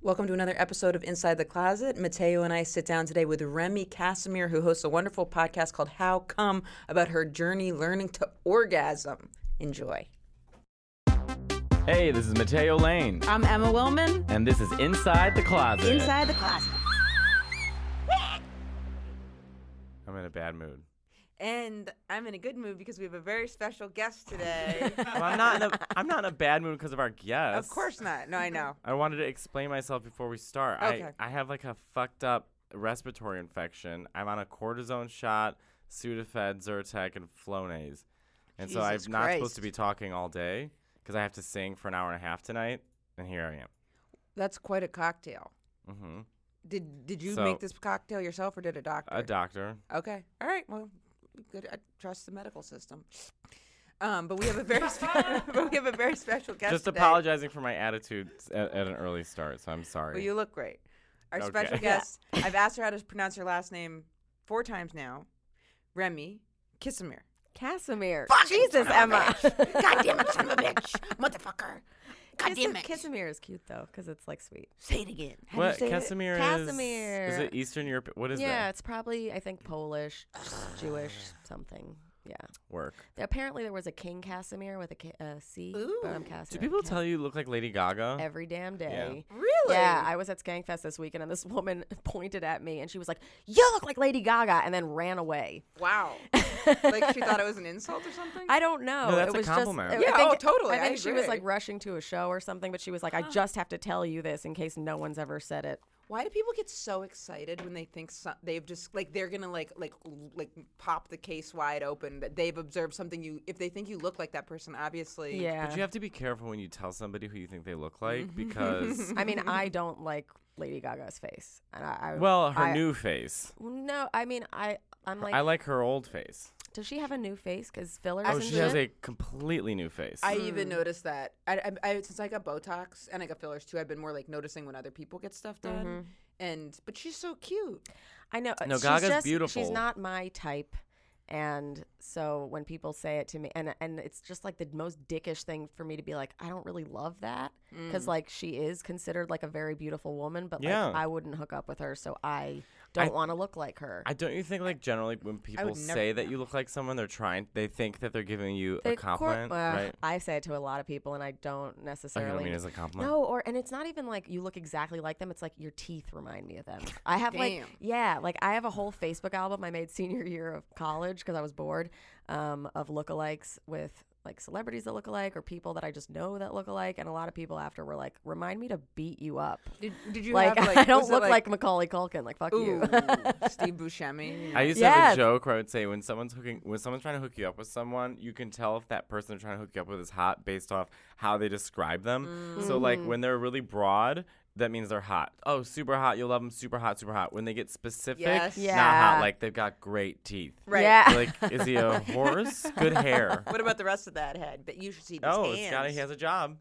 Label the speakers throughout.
Speaker 1: Welcome to another episode of Inside the Closet. Mateo and I sit down today with Remy Casimir, who hosts a wonderful podcast called How Come about her journey learning to orgasm. Enjoy.
Speaker 2: Hey, this is Mateo Lane,
Speaker 1: I'm Emma Willman.
Speaker 2: and this is Inside the Closet.
Speaker 1: Inside the Closet.
Speaker 2: I'm in a bad mood.
Speaker 3: And I'm in a good mood because we have a very special guest today.
Speaker 2: Well, I'm not in a I'm not in a bad mood because of our guest.
Speaker 3: of course not. No, I know.
Speaker 2: I wanted to explain myself before we start.
Speaker 3: Okay.
Speaker 2: I I have like a fucked up respiratory infection. I'm on a cortisone shot, Sudafed, Zyrtec, and Flonase, and so I'm
Speaker 3: Jesus
Speaker 2: not supposed
Speaker 3: Christ.
Speaker 2: to be talking all day because I have to sing for an hour and a half tonight, and here I am.
Speaker 3: That's quite a cocktail.
Speaker 2: Mm-hmm.
Speaker 3: Did Did you
Speaker 2: So-
Speaker 3: make this cocktail yourself, or did a doctor?
Speaker 2: A doctor.
Speaker 3: okay. All right. Well, good. I trust the medical system. Um, but we have a very special. but we have a very special guest.
Speaker 2: Just
Speaker 3: today.
Speaker 2: apologizing for my attitude at, at an early start, so I'm sorry.
Speaker 3: Well, you look great. Our
Speaker 2: Okay.
Speaker 3: special
Speaker 2: Yeah.
Speaker 3: guest. I've asked her how to pronounce her last name four times now. Remy Kissimir.
Speaker 4: Casimir.
Speaker 3: Jesus, Emma. God damn it, son of a bitch, motherfucker.
Speaker 4: Kissi- Casimir is cute though, because it's like sweet.
Speaker 3: Say it again. How do you
Speaker 2: What
Speaker 3: say it?
Speaker 2: Casimir is?
Speaker 4: Casimir.
Speaker 2: Is it Eastern Europe? What is
Speaker 4: yeah,
Speaker 2: that?
Speaker 4: it's probably I think Polish, Jewish, something. Yeah.
Speaker 2: Work.
Speaker 4: Apparently there was a King Casimir with a K- a C. But I'm
Speaker 2: Do
Speaker 4: Casimir.
Speaker 2: people
Speaker 4: Ca-
Speaker 2: tell you you look like Lady Gaga?
Speaker 4: every damn day?
Speaker 3: Really?
Speaker 4: Yeah, I was at Skankfest this weekend and this woman pointed at me and she was like, "You look like Lady Gaga," and then ran away.
Speaker 3: Wow. like she thought it was an insult or something?
Speaker 4: I don't know.
Speaker 2: No, that's
Speaker 4: it
Speaker 2: a
Speaker 4: was
Speaker 2: compliment.
Speaker 4: Just, I- I
Speaker 3: Yeah,
Speaker 4: think-
Speaker 3: oh, totally,
Speaker 4: I
Speaker 3: I
Speaker 4: think she was
Speaker 3: agree.
Speaker 4: like rushing to a show or something, but she was like, "I just have to tell you this in case no one's ever said it."
Speaker 3: Why do people get so excited when they think so- they've just like they're gonna like like l- like pop the case wide open that they've observed something you if they think you look like that person obviously
Speaker 4: Yeah.
Speaker 2: But you have to be careful when you tell somebody who you think they look like because,
Speaker 4: I mean, I don't like Lady Gaga's face, and I, I
Speaker 2: well, her
Speaker 4: I-
Speaker 2: new face.
Speaker 4: no. I mean, I I'm like,
Speaker 2: I like her old face.
Speaker 4: does she have a new face? Because fillers.
Speaker 2: Oh,
Speaker 4: and
Speaker 2: she
Speaker 4: shit?
Speaker 2: has a completely new face.
Speaker 3: I even
Speaker 4: Hmm.
Speaker 3: noticed that I, I, I since I got Botox and I got fillers too I've been more like noticing when other people get stuff done
Speaker 4: Mm-hmm.
Speaker 3: and but she's so cute
Speaker 4: I know. uh,
Speaker 2: No,
Speaker 4: she's
Speaker 2: Gaga's
Speaker 4: just- She's
Speaker 2: beautiful.
Speaker 4: not my type. And so when people say it to me, and and it's just like the most dickish thing for me to be like, I don't really love that because like she is considered like a very beautiful woman, but
Speaker 2: Yeah.
Speaker 4: like I wouldn't hook up with her, so I
Speaker 2: I-
Speaker 4: don't want to look like her.
Speaker 2: I don't you think like generally when people
Speaker 3: would never-
Speaker 2: say that you look like someone, they're trying. They think that they're giving you a
Speaker 4: The cor-
Speaker 2: compliment,
Speaker 4: uh,
Speaker 2: right?
Speaker 4: I say it to a lot of people, and I don't
Speaker 2: Like, you
Speaker 4: necessarily.
Speaker 2: don't mean it as a compliment.
Speaker 4: No, or and it's not even like you look exactly like them. It's like your teeth remind me of them. I have like
Speaker 3: Damn.
Speaker 4: yeah, like I have a whole Facebook album I made senior year of college because I was bored um, of lookalikes with like celebrities that look alike or people that I just know that look alike, and a lot of people after were like, "Remind me to beat you up."
Speaker 3: did, did you
Speaker 4: like,
Speaker 3: have like
Speaker 4: I don't
Speaker 3: was it
Speaker 4: look like, Macaulay Culkin. Like fuck
Speaker 3: ooh
Speaker 4: you.
Speaker 3: Steve Buscemi
Speaker 2: I used to have
Speaker 4: Yes.
Speaker 2: a joke where I would say when someone's hooking, when someone's trying to hook you up with someone, you can tell if that person they're trying to hook you up with is hot based off how they describe them. So like
Speaker 3: Mm.
Speaker 2: when they're really broad, that means they're hot. Oh, super hot. You'll love them. Super hot. Super hot. When they get specific,
Speaker 3: Yes.
Speaker 2: not
Speaker 4: Yeah.
Speaker 2: hot. Like they've got great teeth.
Speaker 3: Right.
Speaker 4: Yeah.
Speaker 2: You're Like is he a horse? Good hair.
Speaker 3: what about the rest of that head but you should see these
Speaker 2: Oh,
Speaker 3: hands
Speaker 2: it's got. He has a job.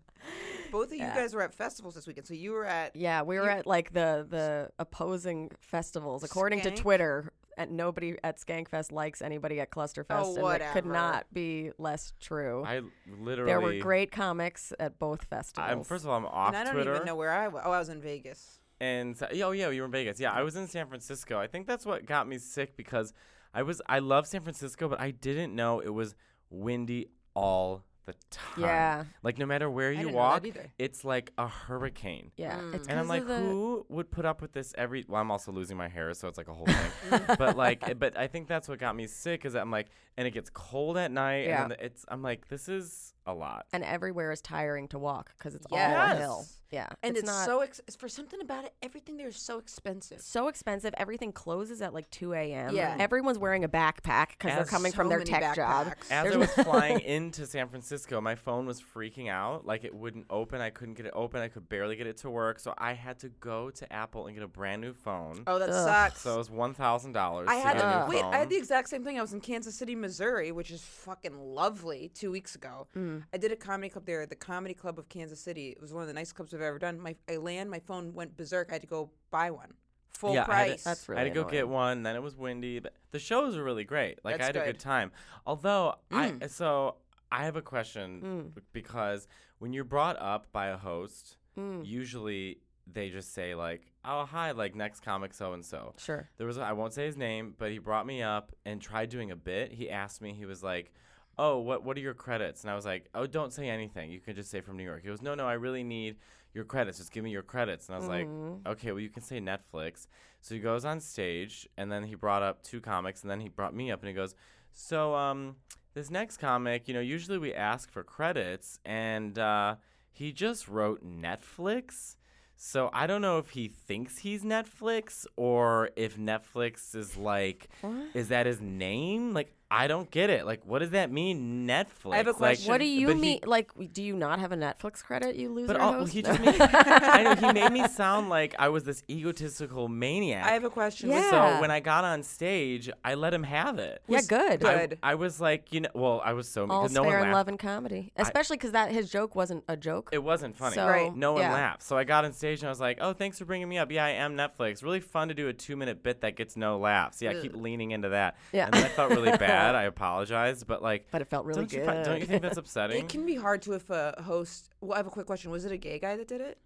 Speaker 3: both of you guys were at festivals this weekend so you were at
Speaker 4: Yeah, we were at like the the opposing festivals. According
Speaker 3: Skank?
Speaker 4: to Twitter, and nobody at Skankfest likes anybody at Clusterfest, and that could
Speaker 3: Oh, whatever.
Speaker 4: not be less true.
Speaker 2: I literally.
Speaker 4: there were great comics at both festivals.
Speaker 2: I'm, first of all, I'm off
Speaker 3: and I don't
Speaker 2: Twitter.
Speaker 3: even know where I was. Oh, I was in Vegas.
Speaker 2: and so- oh yeah, you were in Vegas. Yeah, I was in San Francisco. I think that's what got me sick because I was I love San Francisco, but I didn't know it was windy all the time.
Speaker 4: Yeah.
Speaker 2: like no matter where you
Speaker 3: didn't know that
Speaker 2: walk,
Speaker 3: either.
Speaker 2: it's like a hurricane.
Speaker 4: yeah, it's
Speaker 2: And I'm
Speaker 4: 'cause
Speaker 2: like,
Speaker 4: of the-
Speaker 2: who would put up with this every? Well, I'm also losing my hair, so it's like a whole thing. but like, it- but I think that's what got me sick is that I'm like, and it gets cold at night,
Speaker 4: Yeah.
Speaker 2: and then the- it's I'm like, this is a lot.
Speaker 4: and everywhere is tiring to walk because it's all
Speaker 3: Yes.
Speaker 4: a hill. Yeah,
Speaker 3: And it's,
Speaker 4: not
Speaker 3: so ex- for something about it. Everything there is so expensive.
Speaker 4: so expensive. Everything closes at like 2 a.m.
Speaker 3: Yeah.
Speaker 4: everyone's wearing a backpack because they're
Speaker 2: As-
Speaker 4: coming
Speaker 3: so
Speaker 4: from their
Speaker 3: many
Speaker 4: tech job.
Speaker 3: backpacks.
Speaker 2: As
Speaker 4: There's
Speaker 2: I was flying into San Francisco, my phone was freaking out. Like it wouldn't open. I couldn't get it open. I could barely get it to work. So I had to go to Apple and get a brand new phone.
Speaker 3: Oh, that
Speaker 4: Ugh.
Speaker 3: sucks.
Speaker 2: So it was one thousand dollars.
Speaker 3: I had
Speaker 2: to get a
Speaker 3: the,
Speaker 2: new
Speaker 3: wait.
Speaker 2: phone.
Speaker 3: I had the exact same thing. I was in Kansas City, Missouri, which is fucking lovely. Two weeks ago,
Speaker 2: Mm.
Speaker 3: I did a comedy club there. The Comedy Club of Kansas City. It was one of the nicest clubs I've ever done. My I land. My phone went berserk. I had to go buy one, full
Speaker 2: yeah, I had,
Speaker 3: price.
Speaker 2: to,
Speaker 4: That's
Speaker 2: I had to
Speaker 4: really
Speaker 2: go get
Speaker 4: annoying.
Speaker 2: one. Then it was windy, but the shows were really great. Like I
Speaker 3: That's
Speaker 2: had a
Speaker 3: good. Mm.
Speaker 2: good time. Although I so I have a
Speaker 3: Mm.
Speaker 2: question because when you're brought up by a host, usually they just say like, "Oh hi, like next comic so and so."
Speaker 4: Sure.
Speaker 2: There was I won't say his name, but he brought me up and tried doing a bit. He asked me, he was like, "Oh, what what are your credits?" And I was like, "Oh, don't say anything. You can just say from New York." He goes, "No, no, I really need your credits. Just give me your credits." And I was like, "Okay, well you can say Netflix." So he goes on stage and then he brought up two comics and then he brought me up and he goes, "So um this next comic, you know, usually we ask for credits and uh he just wrote Netflix." So I don't know if he thinks he's Netflix or if Netflix is like, is that his name? Like, I don't get it. Like, what does that mean, Netflix?
Speaker 3: I have a question.
Speaker 4: What do you
Speaker 2: but he-
Speaker 4: mean? like, do you not have a Netflix credit, you loser?
Speaker 2: But all, well,
Speaker 4: host?
Speaker 2: he
Speaker 4: No.
Speaker 2: just made, I know, he made me sound like I was this egotistical maniac.
Speaker 3: I have a question.
Speaker 4: Yeah.
Speaker 2: So when I got on stage, I let him have it.
Speaker 4: yeah, good.
Speaker 3: good.
Speaker 2: I, I was like, you know, well, I was so
Speaker 4: All's
Speaker 2: because no one
Speaker 4: fair in
Speaker 2: laughed.
Speaker 4: love and comedy, especially because that his joke wasn't a joke.
Speaker 2: It wasn't funny.
Speaker 4: So, Right.
Speaker 2: No one
Speaker 4: yeah.
Speaker 2: laughed. So I got on stage and I was like, oh, thanks for bringing me up. Yeah, I am Netflix. Really fun to do a two minute bit that gets no laughs. Yeah, I keep leaning into that.
Speaker 4: Yeah.
Speaker 2: And then I felt really bad. I apologized. But like,
Speaker 4: But it felt really
Speaker 2: don't You, fi- don't you
Speaker 4: good.
Speaker 2: think that's upsetting?
Speaker 3: It can be hard to if a host. Well, I have a quick question. Was it a gay guy that did it?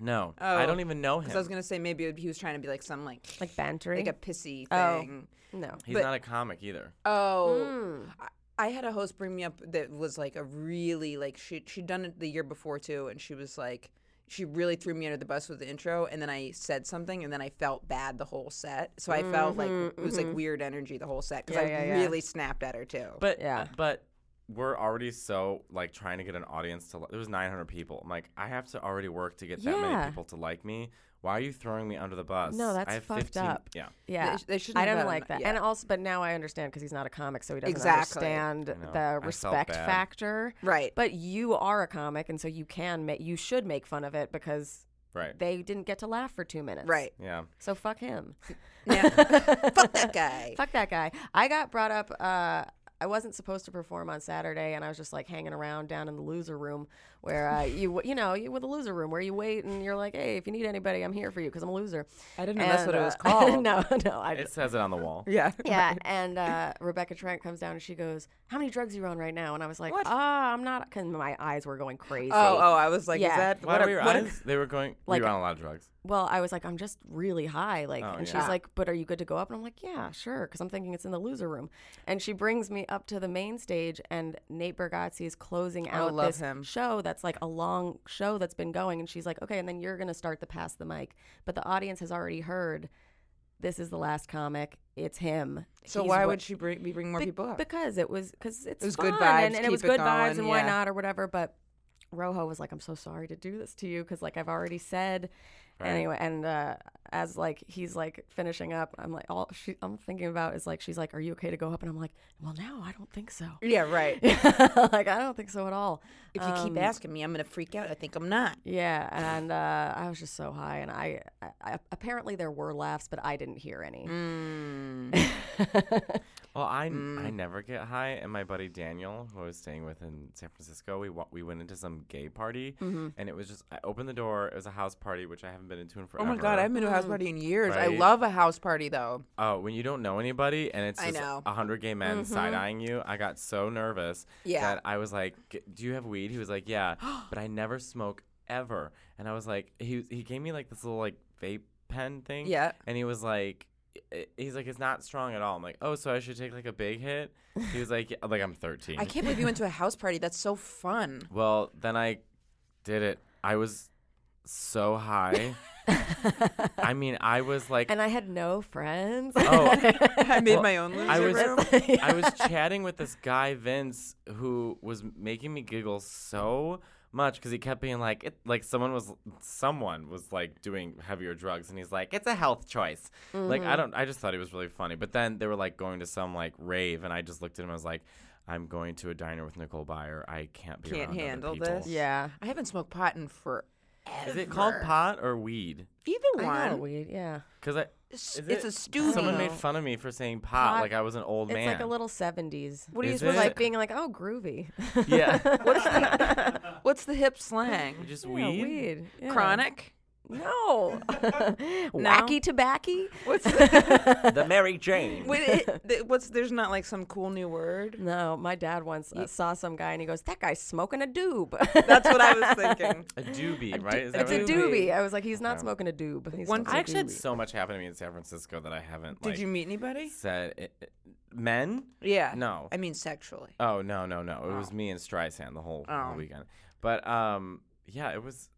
Speaker 2: no.
Speaker 3: Oh.
Speaker 2: I don't even know him.
Speaker 3: Because I was gonna say maybe it- he was trying to be like some like
Speaker 4: like bantery.
Speaker 3: like a pissy
Speaker 4: Oh.
Speaker 3: thing.
Speaker 4: no. Hmm.
Speaker 2: He's
Speaker 3: but-
Speaker 2: not a comic either.
Speaker 3: Oh. I- I had a host bring me up that was like a really like she she'd done it the year before too, and she was like she really threw me under the bus with the intro, and then I said something, and then I felt bad the whole set. So I felt like it was like weird energy the whole set because
Speaker 4: Yeah, yeah,
Speaker 3: I
Speaker 4: yeah.
Speaker 3: really snapped at her too.
Speaker 2: But
Speaker 4: Yeah.
Speaker 2: But we're already so like trying to get an audience to. Li- there was 900 people. I'm like, I have to already work to get that
Speaker 4: Yeah.
Speaker 2: many people to like me. Why are you throwing me under the bus?
Speaker 4: No, that's
Speaker 2: I have
Speaker 4: fucked
Speaker 2: 15
Speaker 4: up.
Speaker 2: Yeah.
Speaker 4: Yeah,
Speaker 3: sh- they shouldn't have
Speaker 4: I don't
Speaker 3: done
Speaker 4: like that.
Speaker 3: that.
Speaker 4: And also, but now I understand because he's not a comic, so he doesn't
Speaker 3: Exactly.
Speaker 4: understand
Speaker 2: know. I
Speaker 4: the
Speaker 2: felt
Speaker 4: respect
Speaker 2: bad.
Speaker 4: factor.
Speaker 3: Right.
Speaker 4: But you are a comic, and so you can make you should make fun of it because
Speaker 2: Right.
Speaker 4: they didn't get to laugh for two minutes.
Speaker 3: right.
Speaker 2: yeah.
Speaker 4: So fuck him.
Speaker 3: Yeah. Fuck that guy.
Speaker 4: Fuck that guy. I got brought up. Uh, I wasn't supposed to perform on Saturday, and I was just like hanging around down in the loser room, where uh, you you know you with the loser room where you wait and you're like, hey, if you need anybody, I'm here for you because I'm a loser. uh,
Speaker 3: I didn't know that's what it was called.
Speaker 4: no, no, I
Speaker 2: It says it on the wall.
Speaker 3: Yeah. Oh,
Speaker 4: Yeah, and uh, Rebecca Trent comes down and she goes, "How many drugs are you on right now?" And I was like, "Ah, I'm not," because my eyes were going crazy.
Speaker 3: Oh, oh, I was like,
Speaker 4: Yeah.
Speaker 3: is that
Speaker 2: Why
Speaker 3: what,
Speaker 2: were
Speaker 3: a,
Speaker 2: your
Speaker 3: what a-
Speaker 2: eyes? They were going.
Speaker 4: Like-
Speaker 2: you were on a lot of drugs.
Speaker 4: Well, I was like, "I'm just really high," like,
Speaker 2: Oh,
Speaker 4: and she's
Speaker 2: yeah.
Speaker 4: like, "But are you good to go up?" And I'm like, "Yeah, sure," because I'm thinking it's in the loser room. And she brings me up to the main stage, and Nate Bargatze is closing out
Speaker 3: Oh, love
Speaker 4: this
Speaker 3: him.
Speaker 4: show that's like a long show that's been going, and she's like, "Okay," and then you're gonna start the pass the mic, but the audience has already heard. This is the last comic. It's him.
Speaker 3: so
Speaker 4: He's
Speaker 3: why
Speaker 4: what-
Speaker 3: would she bring, be bringing more
Speaker 4: Be-
Speaker 3: people up?
Speaker 4: Because it was because it's
Speaker 3: was
Speaker 4: fun
Speaker 3: good vibes,
Speaker 4: and, and it
Speaker 3: keep
Speaker 4: was
Speaker 3: it
Speaker 4: good vibes
Speaker 3: going,
Speaker 4: and why
Speaker 3: yeah.
Speaker 4: not or whatever. But Rojo was like, "I'm so sorry to do this to you because like I've already said." Anyway, and uh, as like he's like finishing up, I'm like all she I'm thinking about is like she's like, "Are you okay to go up?" And I'm like, "Well, no, I don't think so."
Speaker 3: yeah, right. Um,
Speaker 4: like I don't think so at all.
Speaker 3: If you keep asking me, I'm gonna freak out. I think I'm not.
Speaker 4: Yeah, and uh, I was just so high, and I, I, I apparently there were laughs, but I didn't hear any.
Speaker 3: Mm.
Speaker 2: Well, I n- I never get high, and my buddy Daniel, who I was staying with in San Francisco, we wa- we went into some gay party, and it was just I opened the door. It was a house party, which I haven't been into in
Speaker 3: Oh
Speaker 2: forever.
Speaker 3: my god, I haven't been to a house party in years. I
Speaker 2: Right.
Speaker 3: love a house party though.
Speaker 2: Oh, when you don't know anybody and it's
Speaker 3: I
Speaker 2: just
Speaker 3: know.
Speaker 2: a hundred gay men side eyeing you, I got so nervous
Speaker 3: Yeah.
Speaker 2: that I was like, "G- "Do you have weed?" He was like, "Yeah," but I never smoke ever, and I was like, he he gave me like this little like vape pen thing,
Speaker 3: Yeah.
Speaker 2: and he was like. i- He's like, it's not strong at all. I'm like, oh, so I should take like a big hit. He was like, yeah, like I'm 13.
Speaker 3: I can't believe you went to a house party. That's so fun.
Speaker 2: Well, then I did it. I was so high. I mean, I was like,
Speaker 4: And I had no friends.
Speaker 2: oh,
Speaker 3: I made my own
Speaker 2: I was, I was chatting with this guy Vince who was making me giggle so much because he kept being like, it, like someone was, someone was like doing heavier drugs, and he's like, it's a health choice. Like I don't, I just thought he was really funny. But then they were like going to some like rave, and I just looked at him. I was like. I'm going to a diner with Nicole Byer. I can't be
Speaker 3: Can't
Speaker 2: around other
Speaker 3: handle
Speaker 2: people."
Speaker 3: this.
Speaker 4: yeah,
Speaker 3: I haven't smoked pot in forever.
Speaker 2: Is it called pot or weed?
Speaker 3: Either
Speaker 4: I got
Speaker 3: one.
Speaker 4: weed. Yeah.
Speaker 2: Because I
Speaker 3: It's,
Speaker 2: is
Speaker 3: it's
Speaker 2: it-
Speaker 3: a stew.
Speaker 2: Someone
Speaker 4: know.
Speaker 2: made fun of me for saying pot,
Speaker 4: Pot-
Speaker 2: like I was an old man.
Speaker 4: It's like a little 70s.
Speaker 3: What are you
Speaker 2: Is
Speaker 3: supposed
Speaker 2: it?
Speaker 4: Like being like, oh, groovy.
Speaker 2: yeah.
Speaker 3: What's the, what's the hip slang?
Speaker 2: Just
Speaker 4: Yeah,
Speaker 2: weed.
Speaker 4: weed. Yeah.
Speaker 3: Chronic.
Speaker 4: No. Wacky tobacco?
Speaker 3: What's
Speaker 2: the Mary Jane.
Speaker 3: Wait, it, th- what's there's not like some cool new word?
Speaker 4: No, my dad once uh, saw some guy and he goes, "That guy's smoking a doob."
Speaker 3: That's what I was thinking.
Speaker 2: A doobie, right? Is that
Speaker 4: it's
Speaker 2: what
Speaker 4: a
Speaker 2: it is?
Speaker 3: doobie.
Speaker 4: doobie. I was like, he's not smoking a doob. He's
Speaker 3: One-
Speaker 4: smoking
Speaker 2: I
Speaker 4: a
Speaker 2: actually had
Speaker 4: doobie."
Speaker 2: so much happen to me in San Francisco that I haven't.
Speaker 3: Did
Speaker 2: like,
Speaker 3: you meet anybody?
Speaker 2: Said it, it- men?
Speaker 3: Yeah.
Speaker 2: No.
Speaker 3: I mean sexually.
Speaker 2: Oh no no no! It was me and Streisand the whole, whole
Speaker 3: Oh.
Speaker 2: weekend. But um, yeah, it was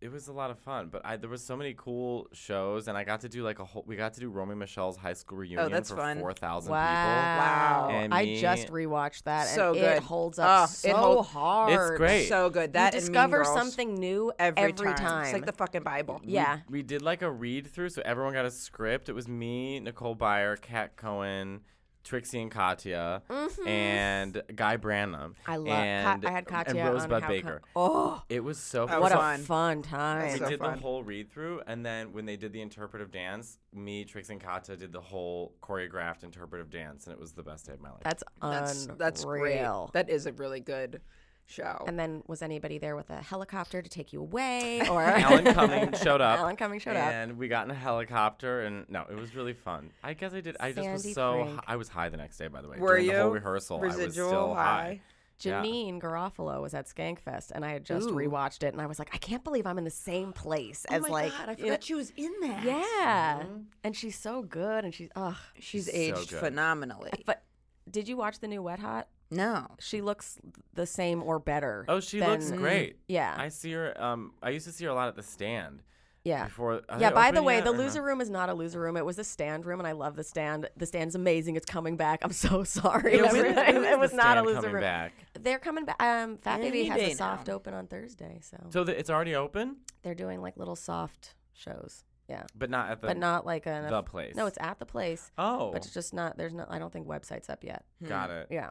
Speaker 2: it was a lot of fun. But I there was so many cool shows, and I got to do like a whole. We got to do Romy Michelle's high school reunion
Speaker 3: Oh, that's
Speaker 2: for
Speaker 3: fun.
Speaker 2: four thousand
Speaker 4: Wow.
Speaker 2: people. And
Speaker 4: I
Speaker 2: me-
Speaker 4: just rewatched that and
Speaker 3: So
Speaker 4: it
Speaker 3: good.
Speaker 4: holds up
Speaker 3: Oh,
Speaker 4: so
Speaker 3: it hold-
Speaker 4: hard.
Speaker 2: It's great.
Speaker 3: So good. That
Speaker 4: you
Speaker 3: and Mean
Speaker 4: discover
Speaker 3: Girls
Speaker 4: something new
Speaker 3: every, time.
Speaker 4: time.
Speaker 3: It's like the fucking Bible.
Speaker 4: yeah.
Speaker 2: We did like a read through, so everyone got a script. It was me, Nicole Byer, Kat Cohen, Trixie and Katya, and Guy Branum.
Speaker 4: Mm-hmm. I love. Ka-
Speaker 2: and,
Speaker 4: I had Katya
Speaker 2: and
Speaker 4: on
Speaker 2: Rosebud
Speaker 4: How
Speaker 2: Baker.
Speaker 4: Come- oh,
Speaker 2: It was so
Speaker 3: That
Speaker 2: fun.
Speaker 3: was
Speaker 4: what a
Speaker 3: fun.
Speaker 4: fun
Speaker 2: We
Speaker 4: time!
Speaker 3: so
Speaker 2: did
Speaker 3: fun.
Speaker 2: the whole read through, and then when they did the interpretive dance, me, Trix, and Kata did the whole choreographed interpretive dance, and it was the best day of my life.
Speaker 4: That's
Speaker 3: That's
Speaker 4: unreal.
Speaker 3: that's great. That is a really good show.
Speaker 4: and then was anybody there with a helicopter to take you away or
Speaker 2: Alan Cumming showed up.
Speaker 4: Alan Cumming showed up.
Speaker 2: and we got in a helicopter, and no, it was really fun. I guess I did. I just
Speaker 4: Sandy
Speaker 2: was so.
Speaker 4: Frank.
Speaker 2: hi- I was high the next day, by the way.
Speaker 3: Were
Speaker 2: During The whole
Speaker 3: you?
Speaker 2: rehearsal, I was
Speaker 3: Residual
Speaker 2: still
Speaker 3: high?
Speaker 2: high. Yeah.
Speaker 4: Janine Garofalo was at Skankfest, and I had just
Speaker 3: Ooh.
Speaker 4: rewatched it, and I was like, I can't believe I'm in the same place
Speaker 2: Oh
Speaker 3: Oh
Speaker 4: as like, you know-
Speaker 3: she was in that.
Speaker 4: yeah, and she's so good, and she's ugh.
Speaker 3: She's
Speaker 2: She's so
Speaker 3: aged
Speaker 2: good.
Speaker 3: phenomenally.
Speaker 4: But did you watch the new Wet Hot?
Speaker 3: No.
Speaker 4: She looks the same or better.
Speaker 2: Oh, she looks
Speaker 4: than-
Speaker 2: great.
Speaker 4: Yeah,
Speaker 2: I see her. Um, I used to see her a lot at the stand.
Speaker 4: yeah.
Speaker 2: Before, are
Speaker 4: Yeah,
Speaker 2: they
Speaker 4: by the
Speaker 2: open
Speaker 4: way,
Speaker 2: yet
Speaker 4: the
Speaker 2: or no?
Speaker 4: loser room is not a loser room. It was the stand room, and I love the stand. The stand's amazing. It's coming back. I'm so sorry.
Speaker 2: Yeah, when-
Speaker 4: everyone.
Speaker 2: when is
Speaker 4: it was
Speaker 2: the
Speaker 4: not a
Speaker 2: stand
Speaker 4: loser
Speaker 2: coming
Speaker 4: room.
Speaker 2: back?
Speaker 4: They're coming back. Um, Fat
Speaker 3: Any
Speaker 4: Baby has
Speaker 3: day
Speaker 4: a
Speaker 3: now.
Speaker 4: soft open on Thursday, so,
Speaker 2: So the, it's already open,
Speaker 4: they're doing like little soft shows. Yeah,
Speaker 2: but not at the.
Speaker 4: but not like an
Speaker 2: the place.
Speaker 4: No, it's at the place,
Speaker 2: Oh,
Speaker 4: but it's just hmm. not. There's no. I don't think website's up yet.
Speaker 2: got it.
Speaker 4: Yeah.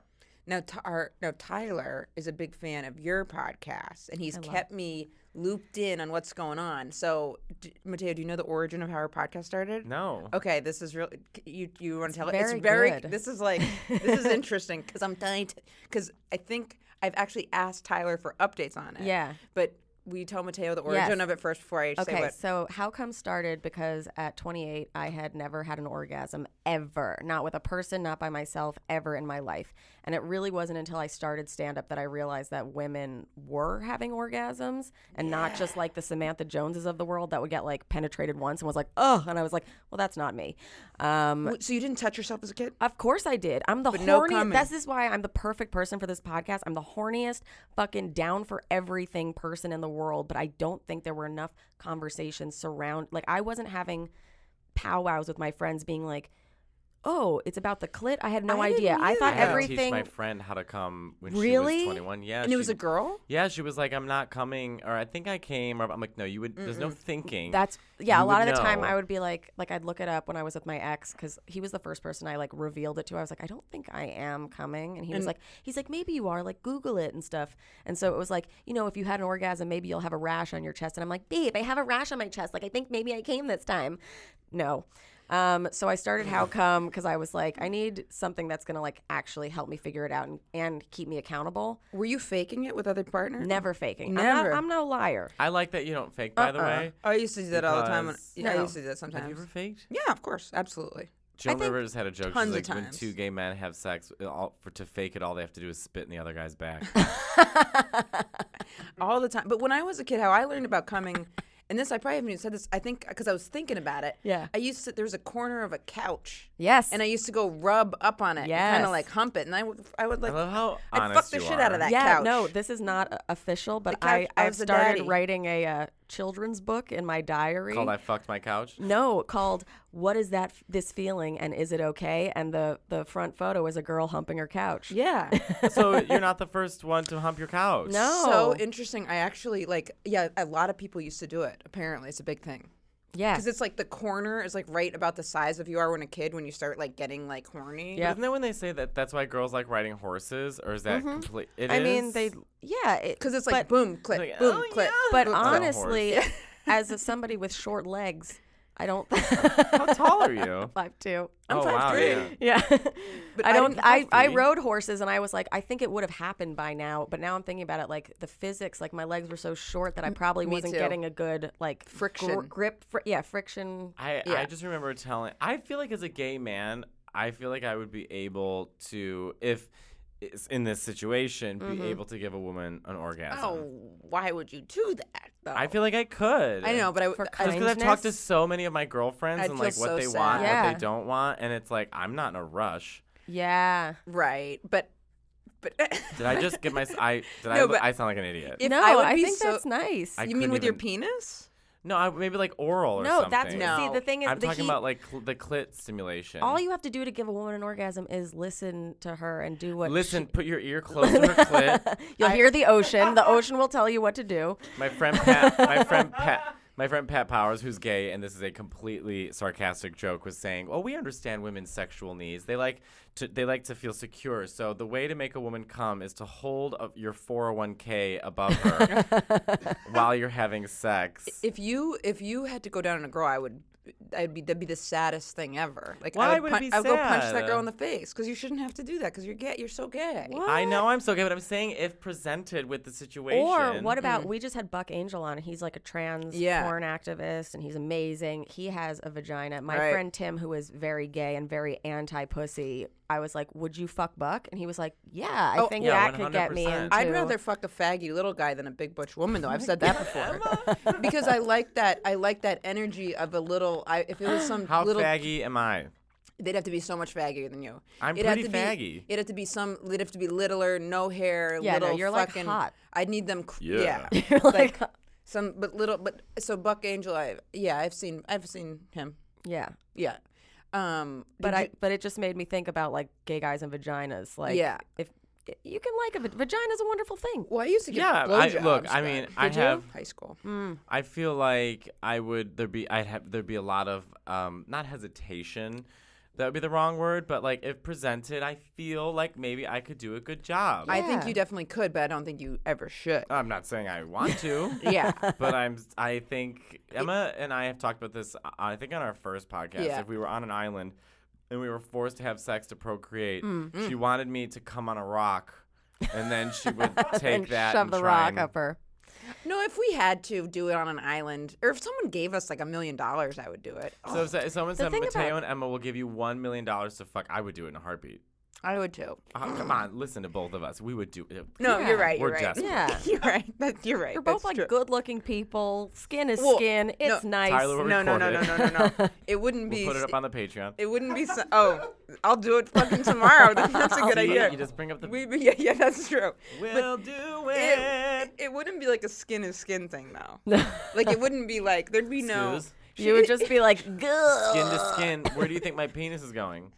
Speaker 3: Now, Ty- our, now Tyler is a big fan of your podcast, and he's kept me looped in on what's going on. So, d- Mateo, do you know the origin of how our podcast started?
Speaker 2: No.
Speaker 3: Okay, this is real. c- You you want to tell it?
Speaker 4: very
Speaker 3: It's very.
Speaker 4: good.
Speaker 3: This is like this is interesting because I'm dying because I think I've actually asked Tyler for updates on it.
Speaker 4: Yeah.
Speaker 3: but will you tell Mateo the origin
Speaker 4: Yes.
Speaker 3: of it first before I say
Speaker 4: Okay,
Speaker 3: what?
Speaker 4: so how come started because at 28 I had never had an orgasm ever, not with a person, not by myself ever in my life. And it really wasn't until I started stand up that I realized that women were having orgasms and not just like the Samantha Joneses of the world that would get like penetrated once and was like, "Oh," and I was like, "Well, that's not me." Um
Speaker 3: Wait, So you didn't touch yourself as a kid?
Speaker 4: of course I did. I'm the
Speaker 3: no
Speaker 4: horniest.
Speaker 3: comment.
Speaker 4: this is why I'm the perfect person for this podcast. I'm the horniest, fucking down for everything person in the world. But I don't think there were enough conversations surround. Like I wasn't having powwows with my friends, being like, "Oh, it's about the clit." I had no
Speaker 3: I
Speaker 4: idea.
Speaker 3: didn't
Speaker 4: I thought
Speaker 2: I had to teach
Speaker 4: everything.
Speaker 2: my friend how to come when she
Speaker 4: Really?
Speaker 2: was 21. Yeah,
Speaker 3: And it was
Speaker 2: she-
Speaker 3: a girl.
Speaker 2: Yeah, she was like, "I'm not coming," or "I think I came," or I'm like, "No, you would." There's no thinking.
Speaker 4: That's yeah.
Speaker 2: Mm. You
Speaker 4: a
Speaker 2: would
Speaker 4: lot of the time,
Speaker 2: know.
Speaker 4: I would be like, like I'd look it up when I was with my ex because he was the first person I like revealed it to. I was like, I don't think I am coming, and he was like, he's like, maybe you are. Like Google it and stuff. And so it was like, you know, if you had an orgasm, maybe you'll have a rash on your chest. And I'm like, babe, I have a rash on my chest. Like I think maybe I came this time. No. Um, so I started How Come because I was like, I need something that's gonna like actually help me figure it out and, and keep me accountable.
Speaker 3: Were you faking it with other partners?
Speaker 4: Never faking. I'm,
Speaker 3: Never.
Speaker 4: not, I'm no liar.
Speaker 2: I like that you don't fake. By the way,
Speaker 3: I used to do that all the time. When,
Speaker 2: Because-
Speaker 3: yeah, I
Speaker 4: No.
Speaker 3: used to do that Uh-uh. sometimes.
Speaker 2: have you ever faked?
Speaker 3: Yeah, of course, absolutely.
Speaker 2: Joan
Speaker 4: think
Speaker 2: Rivers had a joke.
Speaker 3: tons
Speaker 2: She's
Speaker 3: of
Speaker 2: like, when
Speaker 3: times.
Speaker 2: two gay men have sex, it all, for to fake it, all they have to do is spit in the other guy's back.
Speaker 3: all the time. But when I was a kid, how I learned about coming, and this I probably haven't even said this. I think because I was thinking about it.
Speaker 4: Yeah.
Speaker 3: I used to. There was a corner of a couch.
Speaker 4: Yes.
Speaker 3: And I used to go rub up on it. Kind
Speaker 4: Yes.
Speaker 3: of like hump it, and I would. I would
Speaker 2: I
Speaker 3: like.
Speaker 2: love how
Speaker 3: I'd fuck
Speaker 2: honest
Speaker 3: the
Speaker 2: you
Speaker 3: shit
Speaker 2: are.
Speaker 3: out of that
Speaker 4: yeah,
Speaker 3: couch.
Speaker 4: no, this is not uh, official, but
Speaker 3: The
Speaker 4: I
Speaker 3: couch
Speaker 4: I've
Speaker 3: as the daddy.
Speaker 4: started writing a uh, children's book in my diary.
Speaker 2: Called I fucked my couch.
Speaker 4: no, called "What is that? F- this feeling, and is it okay?" And the the front photo is a girl humping her couch.
Speaker 3: yeah.
Speaker 2: so you're not the first one to hump your couch.
Speaker 4: No.
Speaker 3: So interesting. I actually like. Yeah, a lot of people used to do it. Apparently, it's a big thing.
Speaker 4: Yeah.
Speaker 3: Because it's like the corner is like right about the size of you are when a kid when you start like getting like horny.
Speaker 4: Yeah.
Speaker 2: Isn't that when they say that that's why girls like riding horses, or is
Speaker 3: Mm-hmm.
Speaker 2: that complete? It
Speaker 4: I mean,
Speaker 2: is?
Speaker 4: they yeah. It,
Speaker 3: Because it's like boom, click,
Speaker 2: Like,
Speaker 3: boom,
Speaker 2: oh,
Speaker 3: click.
Speaker 2: yeah.
Speaker 4: but
Speaker 2: It's a horse.
Speaker 4: honestly, as a, somebody with short legs, I don't.
Speaker 2: How tall are you?
Speaker 4: Five two. I'm
Speaker 2: oh
Speaker 4: five
Speaker 2: wow.
Speaker 4: three.
Speaker 2: Yeah.
Speaker 4: Yeah. I
Speaker 3: I
Speaker 4: don't.
Speaker 3: didn't
Speaker 4: I,
Speaker 3: have
Speaker 4: I
Speaker 2: feet.
Speaker 4: rode horses, and I was like, I think it would have happened by now. But now I'm thinking about it, like the physics. Like my legs were so short that I probably wasn't
Speaker 3: too.
Speaker 4: getting a good like gr-
Speaker 3: Friction.
Speaker 4: grip. Fr- yeah, friction.
Speaker 2: I,
Speaker 3: Yeah.
Speaker 2: I just remember telling I feel like as a gay man, I feel like I would be able to if it's in this situation be able to give a woman an orgasm.
Speaker 3: Mm-hmm. Oh, why would you do that? Though?
Speaker 2: I feel like I could.
Speaker 3: I know, but I
Speaker 4: For
Speaker 3: would.
Speaker 2: Just because I've talked to
Speaker 4: Kindness?
Speaker 2: so many of my girlfriends
Speaker 3: I'd
Speaker 2: and
Speaker 3: feel
Speaker 2: like what
Speaker 3: so
Speaker 2: they
Speaker 3: sad.
Speaker 2: want, what
Speaker 4: Yeah.
Speaker 2: they don't want, and it's like I'm not in a rush.
Speaker 4: Yeah.
Speaker 3: Right, but but
Speaker 2: Did I just get my? I did I?
Speaker 3: No,
Speaker 2: look-
Speaker 3: but
Speaker 2: I sound like an idiot.
Speaker 3: If
Speaker 4: no,
Speaker 3: I would
Speaker 4: I,
Speaker 3: be
Speaker 4: think
Speaker 3: so-
Speaker 4: that's nice.
Speaker 2: I
Speaker 3: you mean
Speaker 2: couldn't
Speaker 3: with your
Speaker 2: even-
Speaker 3: penis?
Speaker 2: no, I, maybe like oral or
Speaker 4: no,
Speaker 2: something.
Speaker 4: that's
Speaker 3: No.
Speaker 4: see. The thing is,
Speaker 2: I'm
Speaker 4: the,
Speaker 2: talking
Speaker 4: he-
Speaker 2: about like cl- the clit stimulation.
Speaker 4: all you have to do to give a woman an orgasm is listen to her and do what.
Speaker 2: listen. Put your ear close to her clit.
Speaker 4: she- you'll hear the ocean. The ocean will tell you what to do.
Speaker 2: My friend Pat. My friend Pat. My friend Pat Powers, who's gay, and this is a completely sarcastic joke, was saying, "Well, we understand women's sexual needs. They like to they like to feel secure. So the way to make a woman come is to hold up your 401k above her while you're having sex."
Speaker 3: If you if you had to go down on a girl, I would. I'd be that'd be the saddest thing ever. Like
Speaker 2: Why
Speaker 3: I
Speaker 2: would
Speaker 3: would,
Speaker 2: it
Speaker 3: pun-
Speaker 2: be
Speaker 3: I would go punch
Speaker 2: sad?
Speaker 3: that girl in the face because you shouldn't have to do that because you're gay. You're so gay.
Speaker 2: I know I'm so gay, but I'm saying if presented with the situation.
Speaker 4: Or what about we just had Buck Angel on? and He's like a trans
Speaker 3: Mm-hmm. Yeah.
Speaker 4: porn activist, and he's amazing. He has a vagina. My
Speaker 3: Right.
Speaker 4: friend Tim, who is very gay and very anti pussy, I was like, "Would you fuck Buck?" And he was like, "Yeah, I
Speaker 3: Oh,
Speaker 4: think
Speaker 2: Yeah,
Speaker 4: that could get me
Speaker 2: 100%.
Speaker 4: into."
Speaker 3: I'd rather fuck a faggy little guy than a big butch woman, though. I've said that before because I like that. I like that energy of a little. I, if it was some
Speaker 2: How
Speaker 3: little,
Speaker 2: faggy am I?
Speaker 3: they'd have to be so much faggier than you.
Speaker 2: I'm
Speaker 3: it'd have
Speaker 2: pretty
Speaker 3: to
Speaker 2: faggy.
Speaker 3: Be, it'd have to be some. It'd have to be littler, no hair,
Speaker 4: Yeah, no,
Speaker 3: little
Speaker 4: you're, like,
Speaker 3: fucking.
Speaker 4: hot.
Speaker 3: I'd need them. cr-
Speaker 2: Yeah.
Speaker 3: Yeah,
Speaker 4: You're like,
Speaker 3: like some, but little, but so Buck Angel. I yeah, I've seen, I've seen him.
Speaker 4: yeah.
Speaker 3: Yeah, um,
Speaker 4: But
Speaker 3: did
Speaker 4: I,
Speaker 3: you-
Speaker 4: but it just made me think about like gay guys and vaginas. Like,
Speaker 3: Yeah.
Speaker 4: if you can like a va- vagina's a wonderful thing.
Speaker 3: well, I used to get
Speaker 2: Yeah, I,
Speaker 3: blowjobs
Speaker 2: look, I
Speaker 3: back.
Speaker 2: mean,
Speaker 3: Did
Speaker 2: I
Speaker 3: you?
Speaker 2: have,
Speaker 3: high school.
Speaker 4: Mm.
Speaker 2: I feel like I would there be, I'd have there'd be a lot of, um, not hesitation, that would be the wrong word, but like if presented, I feel like maybe I could do a good job.
Speaker 3: I think
Speaker 4: Yeah.
Speaker 3: you definitely could, but I don't think you ever should.
Speaker 2: I'm not saying I want to.
Speaker 3: yeah.
Speaker 2: but I'm I think Emma and I have talked about this uh, I think on our first podcast
Speaker 3: Yeah.
Speaker 2: if we were on an island and we were forced to have sex to procreate
Speaker 4: Mm.
Speaker 2: she wanted me to come on a rock and then she would take
Speaker 4: and
Speaker 2: that
Speaker 4: shove
Speaker 2: and
Speaker 4: the
Speaker 2: try
Speaker 4: rock
Speaker 2: and-
Speaker 4: up her.
Speaker 3: No, if we had to do it on an island, or if someone gave us like a million dollars, I would do it.
Speaker 2: so if, so- if someone said
Speaker 4: thing
Speaker 2: Mateo
Speaker 4: about-
Speaker 2: and Emma will give you 1 million dollars to fuck I would do it in a heartbeat
Speaker 3: I would too.
Speaker 2: Uh, come on listen to both of us we would do it
Speaker 3: No,
Speaker 4: Yeah.
Speaker 3: you're right.
Speaker 2: We're
Speaker 3: You're right.
Speaker 2: desperate.
Speaker 4: Yeah.
Speaker 3: you're right. That, you're right.
Speaker 4: You're both
Speaker 3: That's
Speaker 4: like
Speaker 3: true.
Speaker 4: good-looking people. Skin is
Speaker 3: Well,
Speaker 4: skin.
Speaker 3: no,
Speaker 4: It's nice.
Speaker 2: Tyler will
Speaker 3: No, no, no, no,
Speaker 2: record
Speaker 3: no,
Speaker 2: it.
Speaker 3: no, no. It wouldn't
Speaker 2: we'll
Speaker 3: be.
Speaker 2: put it up on the Patreon
Speaker 3: it wouldn't be. So, oh, I'll do it fucking tomorrow. Then That's a good
Speaker 2: See,
Speaker 3: idea.
Speaker 2: you just bring up the
Speaker 3: we, yeah, yeah, that's true.
Speaker 2: we'll do
Speaker 3: It,
Speaker 2: it
Speaker 3: it wouldn't be like a skin is skin thing though. like it wouldn't be like there'd be no.
Speaker 2: Suze,
Speaker 4: You would just be like, "Gah."
Speaker 2: skin to skin. Where do you think my penis is going?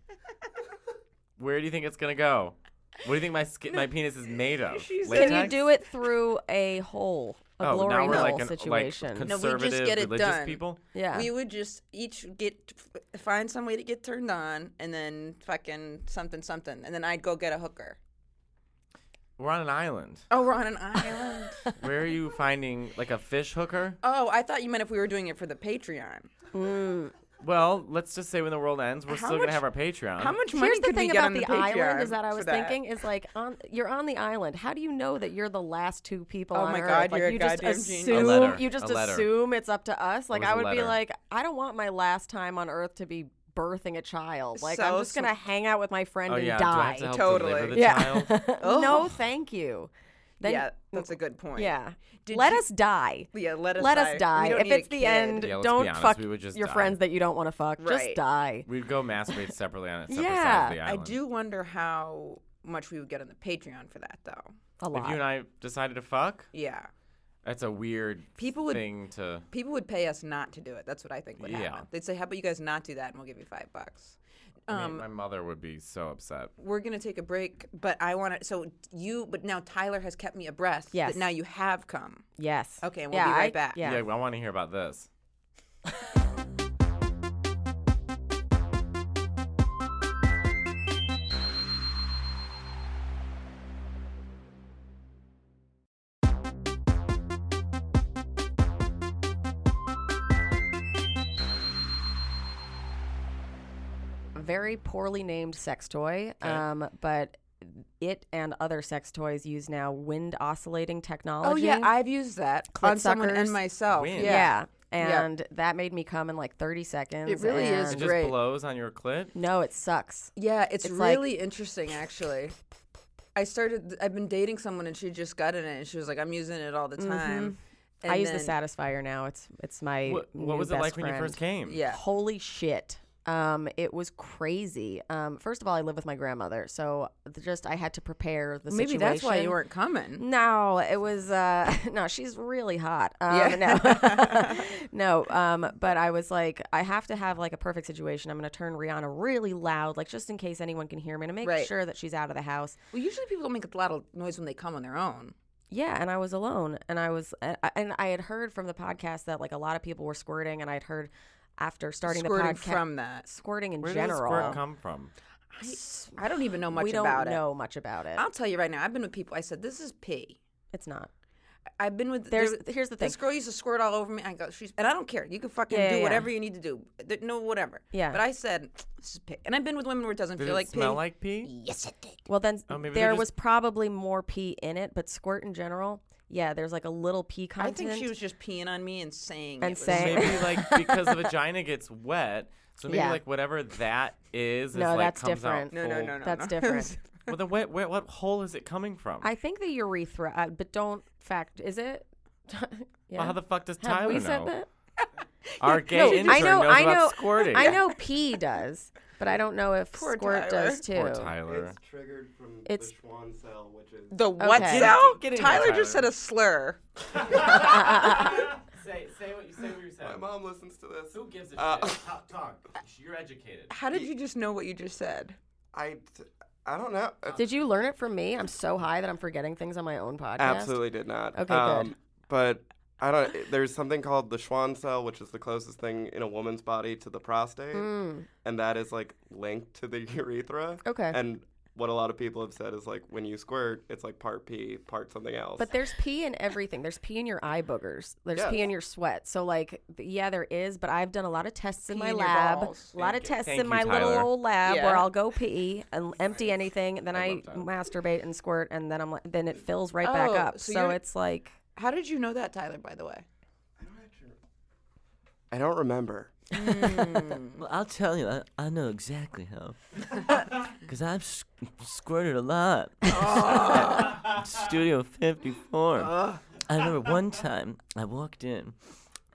Speaker 2: Where do you think it's gonna go? What do you think my skin, my penis is made of?
Speaker 3: She's-
Speaker 4: Can you
Speaker 2: Latex?
Speaker 4: do it through a hole, a
Speaker 2: Oh,
Speaker 4: glory
Speaker 2: now we're
Speaker 4: hole
Speaker 2: like an,
Speaker 4: situation?
Speaker 2: like
Speaker 3: No, we just
Speaker 2: conservative
Speaker 3: get it
Speaker 2: religious
Speaker 3: done.
Speaker 2: people.
Speaker 4: yeah.
Speaker 3: We would just each get find some way to get turned on, and then fucking something something, and then I'd go get a hooker.
Speaker 2: We're on an island.
Speaker 3: Oh, we're on an island.
Speaker 2: Where are you finding like a fish hooker?
Speaker 3: oh, I thought you meant if we were doing it for the Patreon.
Speaker 2: Hmm. Well, let's just say when the world ends, we're
Speaker 3: How
Speaker 2: still gonna
Speaker 3: much-
Speaker 2: have our Patreon.
Speaker 3: How much money
Speaker 4: Here's the
Speaker 3: could we
Speaker 4: thing
Speaker 3: get
Speaker 4: about
Speaker 3: on the,
Speaker 4: the island is
Speaker 3: Patreon
Speaker 4: that I
Speaker 3: for
Speaker 4: was thinking is like on you're on the island. How do you know that you're the last two people
Speaker 3: Oh
Speaker 4: on
Speaker 3: my
Speaker 4: Earth?
Speaker 3: God,
Speaker 4: like,
Speaker 3: you're a
Speaker 4: you just
Speaker 3: goddamn genius. A
Speaker 4: assume
Speaker 2: letter,
Speaker 4: you just
Speaker 2: a letter.
Speaker 4: assume it's up to us. Like
Speaker 2: was
Speaker 4: I
Speaker 2: a
Speaker 4: would be
Speaker 2: letter.
Speaker 4: like, I don't want my last time on Earth to be birthing a child. Like
Speaker 3: So
Speaker 4: I'm just gonna hang out with my friend
Speaker 2: Oh
Speaker 4: and
Speaker 2: yeah, do I
Speaker 4: die.
Speaker 2: have to help deliver
Speaker 3: Totally.
Speaker 2: the
Speaker 4: yeah.
Speaker 2: child?
Speaker 4: no, thank you. Then
Speaker 3: Oh. yeah, that's a good point.
Speaker 4: yeah.
Speaker 3: Did
Speaker 4: let
Speaker 3: you-
Speaker 4: us die.
Speaker 3: yeah. Let us
Speaker 4: Let
Speaker 3: die.
Speaker 4: us die.
Speaker 3: We don't
Speaker 4: If
Speaker 3: need a
Speaker 4: it's the
Speaker 3: kid.
Speaker 4: end,
Speaker 2: Yeah, let's be
Speaker 4: don't
Speaker 2: honest,
Speaker 4: fuck
Speaker 2: we would just
Speaker 4: your
Speaker 2: die.
Speaker 4: friends that you don't want to fuck. Just
Speaker 3: Right.
Speaker 4: die.
Speaker 2: We'd go masturbate separately on a separate side
Speaker 4: Yeah,
Speaker 2: of the
Speaker 3: I
Speaker 2: island.
Speaker 3: do wonder how much we would get on the Patreon for that, though.
Speaker 4: A
Speaker 2: If
Speaker 4: lot.
Speaker 2: you and I decided to fuck,
Speaker 3: Yeah,
Speaker 2: that's a weird
Speaker 3: People would-
Speaker 2: thing to.
Speaker 3: people would pay us not to do it. That's what I think would
Speaker 2: Yeah.
Speaker 3: happen. They'd say, "How about you guys not do that, and we'll give you five bucks."
Speaker 2: I mean, my mother would be so upset.
Speaker 3: we're gonna take a break, but I want to. So you, but now Tyler has kept me abreast. that
Speaker 4: Yes.
Speaker 3: now you have come.
Speaker 4: yes.
Speaker 3: Okay, we'll be right
Speaker 4: I-
Speaker 3: back.
Speaker 2: Yeah, I want to hear about this.
Speaker 4: very poorly named sex toy, um, but it and other sex toys use now wind oscillating technology.
Speaker 3: Oh yeah, I've used that
Speaker 4: Clit
Speaker 3: on someone
Speaker 4: suckers.
Speaker 3: and myself.
Speaker 2: Wind.
Speaker 4: yeah.
Speaker 3: Yeah. Yeah.
Speaker 4: And that made me come in like 30 seconds.
Speaker 3: It really is
Speaker 2: It
Speaker 4: and-
Speaker 2: just
Speaker 3: Great.
Speaker 2: blows on your clit.
Speaker 4: No, it sucks.
Speaker 3: Yeah, it's,
Speaker 4: It's like-
Speaker 3: really interesting actually. I started I've been dating someone and she just got in it and she was like I'm using it all the time. And
Speaker 4: Mm-hmm. I use
Speaker 3: then-
Speaker 4: the satisfier now. It's it's my
Speaker 2: What, what
Speaker 4: new
Speaker 2: was it
Speaker 4: best
Speaker 2: like when you
Speaker 4: friend.
Speaker 2: first came?
Speaker 3: Yeah.
Speaker 4: Holy shit. Um, it was crazy. Um, first of all, I live with my grandmother, so th- just I had to prepare the
Speaker 3: Maybe
Speaker 4: situation.
Speaker 3: that's why you weren't coming.
Speaker 4: No, it was uh no, she's really hot. Um no. no, um but I was like I have to have like a perfect situation. I'm going to turn Rihanna really loud like just in case anyone can hear me to make
Speaker 3: Right.
Speaker 4: sure that she's out of the house.
Speaker 3: Well, usually people make a lot of noise when they come on their own.
Speaker 4: Yeah, and I was alone, and I was, and I- and I had heard from the podcast that like a lot of people were squirting, and I had heard after starting
Speaker 3: Squirting
Speaker 4: the podcast
Speaker 3: from that.
Speaker 4: squirting in
Speaker 2: Where did the
Speaker 4: general.
Speaker 2: squirt come from?
Speaker 3: I don't even know much
Speaker 4: we don't
Speaker 3: about it.
Speaker 4: know much about it.
Speaker 3: I'll tell you right now. I've been with people. I said this is pee.
Speaker 4: it's not.
Speaker 3: I've been with
Speaker 4: There's
Speaker 3: there-
Speaker 4: here's the thing.
Speaker 3: This girl used to squirt all over me. I go, she's and I don't care. You can fucking
Speaker 4: Yeah,
Speaker 3: do
Speaker 4: yeah, yeah.
Speaker 3: whatever you need to do. Th- No, whatever.
Speaker 4: Yeah.
Speaker 3: But I said this is pee, and I've been with women where it doesn't
Speaker 2: Did
Speaker 3: feel
Speaker 2: it
Speaker 3: like
Speaker 2: smell
Speaker 3: pee.
Speaker 2: like pee?
Speaker 3: yes, it did.
Speaker 4: Well, then
Speaker 2: Oh, maybe they're
Speaker 4: there
Speaker 2: just-
Speaker 4: was probably more pee in it, but squirt in general, yeah, there's like a little pee
Speaker 3: I
Speaker 4: content.
Speaker 3: think she was just peeing on me and saying
Speaker 4: And
Speaker 3: it was-
Speaker 4: saying-
Speaker 2: Maybe like because the vagina gets wet, so maybe
Speaker 4: Yeah.
Speaker 2: like whatever that is, is
Speaker 4: No,
Speaker 2: like
Speaker 4: that's
Speaker 2: comes
Speaker 4: different.
Speaker 3: no,
Speaker 2: Out
Speaker 3: no,
Speaker 2: full-
Speaker 3: no, no.
Speaker 4: That's
Speaker 3: no.
Speaker 4: different.
Speaker 2: Well, then where, where, what hole is it coming from?
Speaker 4: I think the urethra, uh, but don't fact. Is it? yeah.
Speaker 2: Well, how the fuck does
Speaker 4: Have
Speaker 2: Tyler
Speaker 4: we
Speaker 2: know?
Speaker 4: said that?
Speaker 2: Our gay intern
Speaker 4: I know.
Speaker 2: knows
Speaker 4: I
Speaker 2: about
Speaker 4: know.
Speaker 2: squirting.
Speaker 4: I know pee does, but I don't know if
Speaker 3: Poor
Speaker 4: squirt
Speaker 3: Tyler.
Speaker 4: does too.
Speaker 2: Poor Tyler.
Speaker 5: It's triggered from
Speaker 4: It's-
Speaker 5: the Schwann cell, which is
Speaker 3: the what
Speaker 4: Okay.
Speaker 3: cell?
Speaker 2: Get in here,
Speaker 3: Tyler just said
Speaker 2: Tyler.
Speaker 3: a slur.
Speaker 2: Say, say what you say. What you said.
Speaker 5: my mom listens to this.
Speaker 2: Who gives a
Speaker 5: Uh,
Speaker 2: shit? Talk, talk. You're educated.
Speaker 3: How did you just know what you just said?
Speaker 5: I, t- I don't know. Uh,
Speaker 4: Did you learn it from me? I'm so high that I'm forgetting things on my own podcast.
Speaker 5: Absolutely did not. Um,
Speaker 4: Okay, good.
Speaker 5: But I don't. it- There's something called the Schwann cell, which is the closest thing in a woman's body to the prostate, and that is like linked to the urethra.
Speaker 4: Hmm. Okay.
Speaker 5: And what a lot of people have said is like when you squirt, it's like part pee, part something else.
Speaker 4: But there's pee in everything. There's pee in your eye boogers. There's pee
Speaker 5: Yes.
Speaker 4: in your sweat. So like, th- yeah, there is. But I've done a lot of tests in
Speaker 3: Pee
Speaker 4: my
Speaker 3: in your
Speaker 4: lab.
Speaker 3: balls.
Speaker 4: A lot of
Speaker 2: Thank you-
Speaker 4: tests
Speaker 2: thank
Speaker 4: in
Speaker 2: you,
Speaker 4: my
Speaker 2: Tyler.
Speaker 4: little old lab where
Speaker 3: Yeah.
Speaker 4: I'll go pee and empty anything, then I, masturbate and squirt, and then I'm like, then it fills right back
Speaker 3: Oh,
Speaker 4: up.
Speaker 3: so
Speaker 4: So,
Speaker 3: you're-
Speaker 4: it's like,
Speaker 3: How did you know that, Tyler? By the way.
Speaker 5: I don't remember.
Speaker 6: Well, I'll tell you, I, I know exactly how. Because I've s- squirted a lot. At Studio 54.
Speaker 5: Uh.
Speaker 6: I remember one time I walked in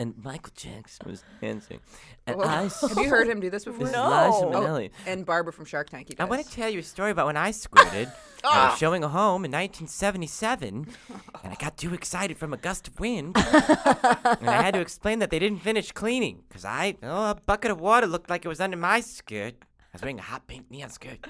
Speaker 6: and Michael Jackson was dancing.
Speaker 5: Oh.
Speaker 6: And I
Speaker 3: Have you heard him do this before?
Speaker 6: This is Liza
Speaker 3: Oh,
Speaker 6: Minnelli.
Speaker 3: and Barbara from Shark Tank. You
Speaker 6: I
Speaker 3: guys.
Speaker 6: want to tell you a story about when I squirted.
Speaker 4: Ah.
Speaker 6: I was showing a home in 1977, and I got too excited from a gust of wind, and I had to explain that they didn't finish cleaning because I oh a bucket of water looked like it was under my skirt. I was wearing a hot pink neon skirt.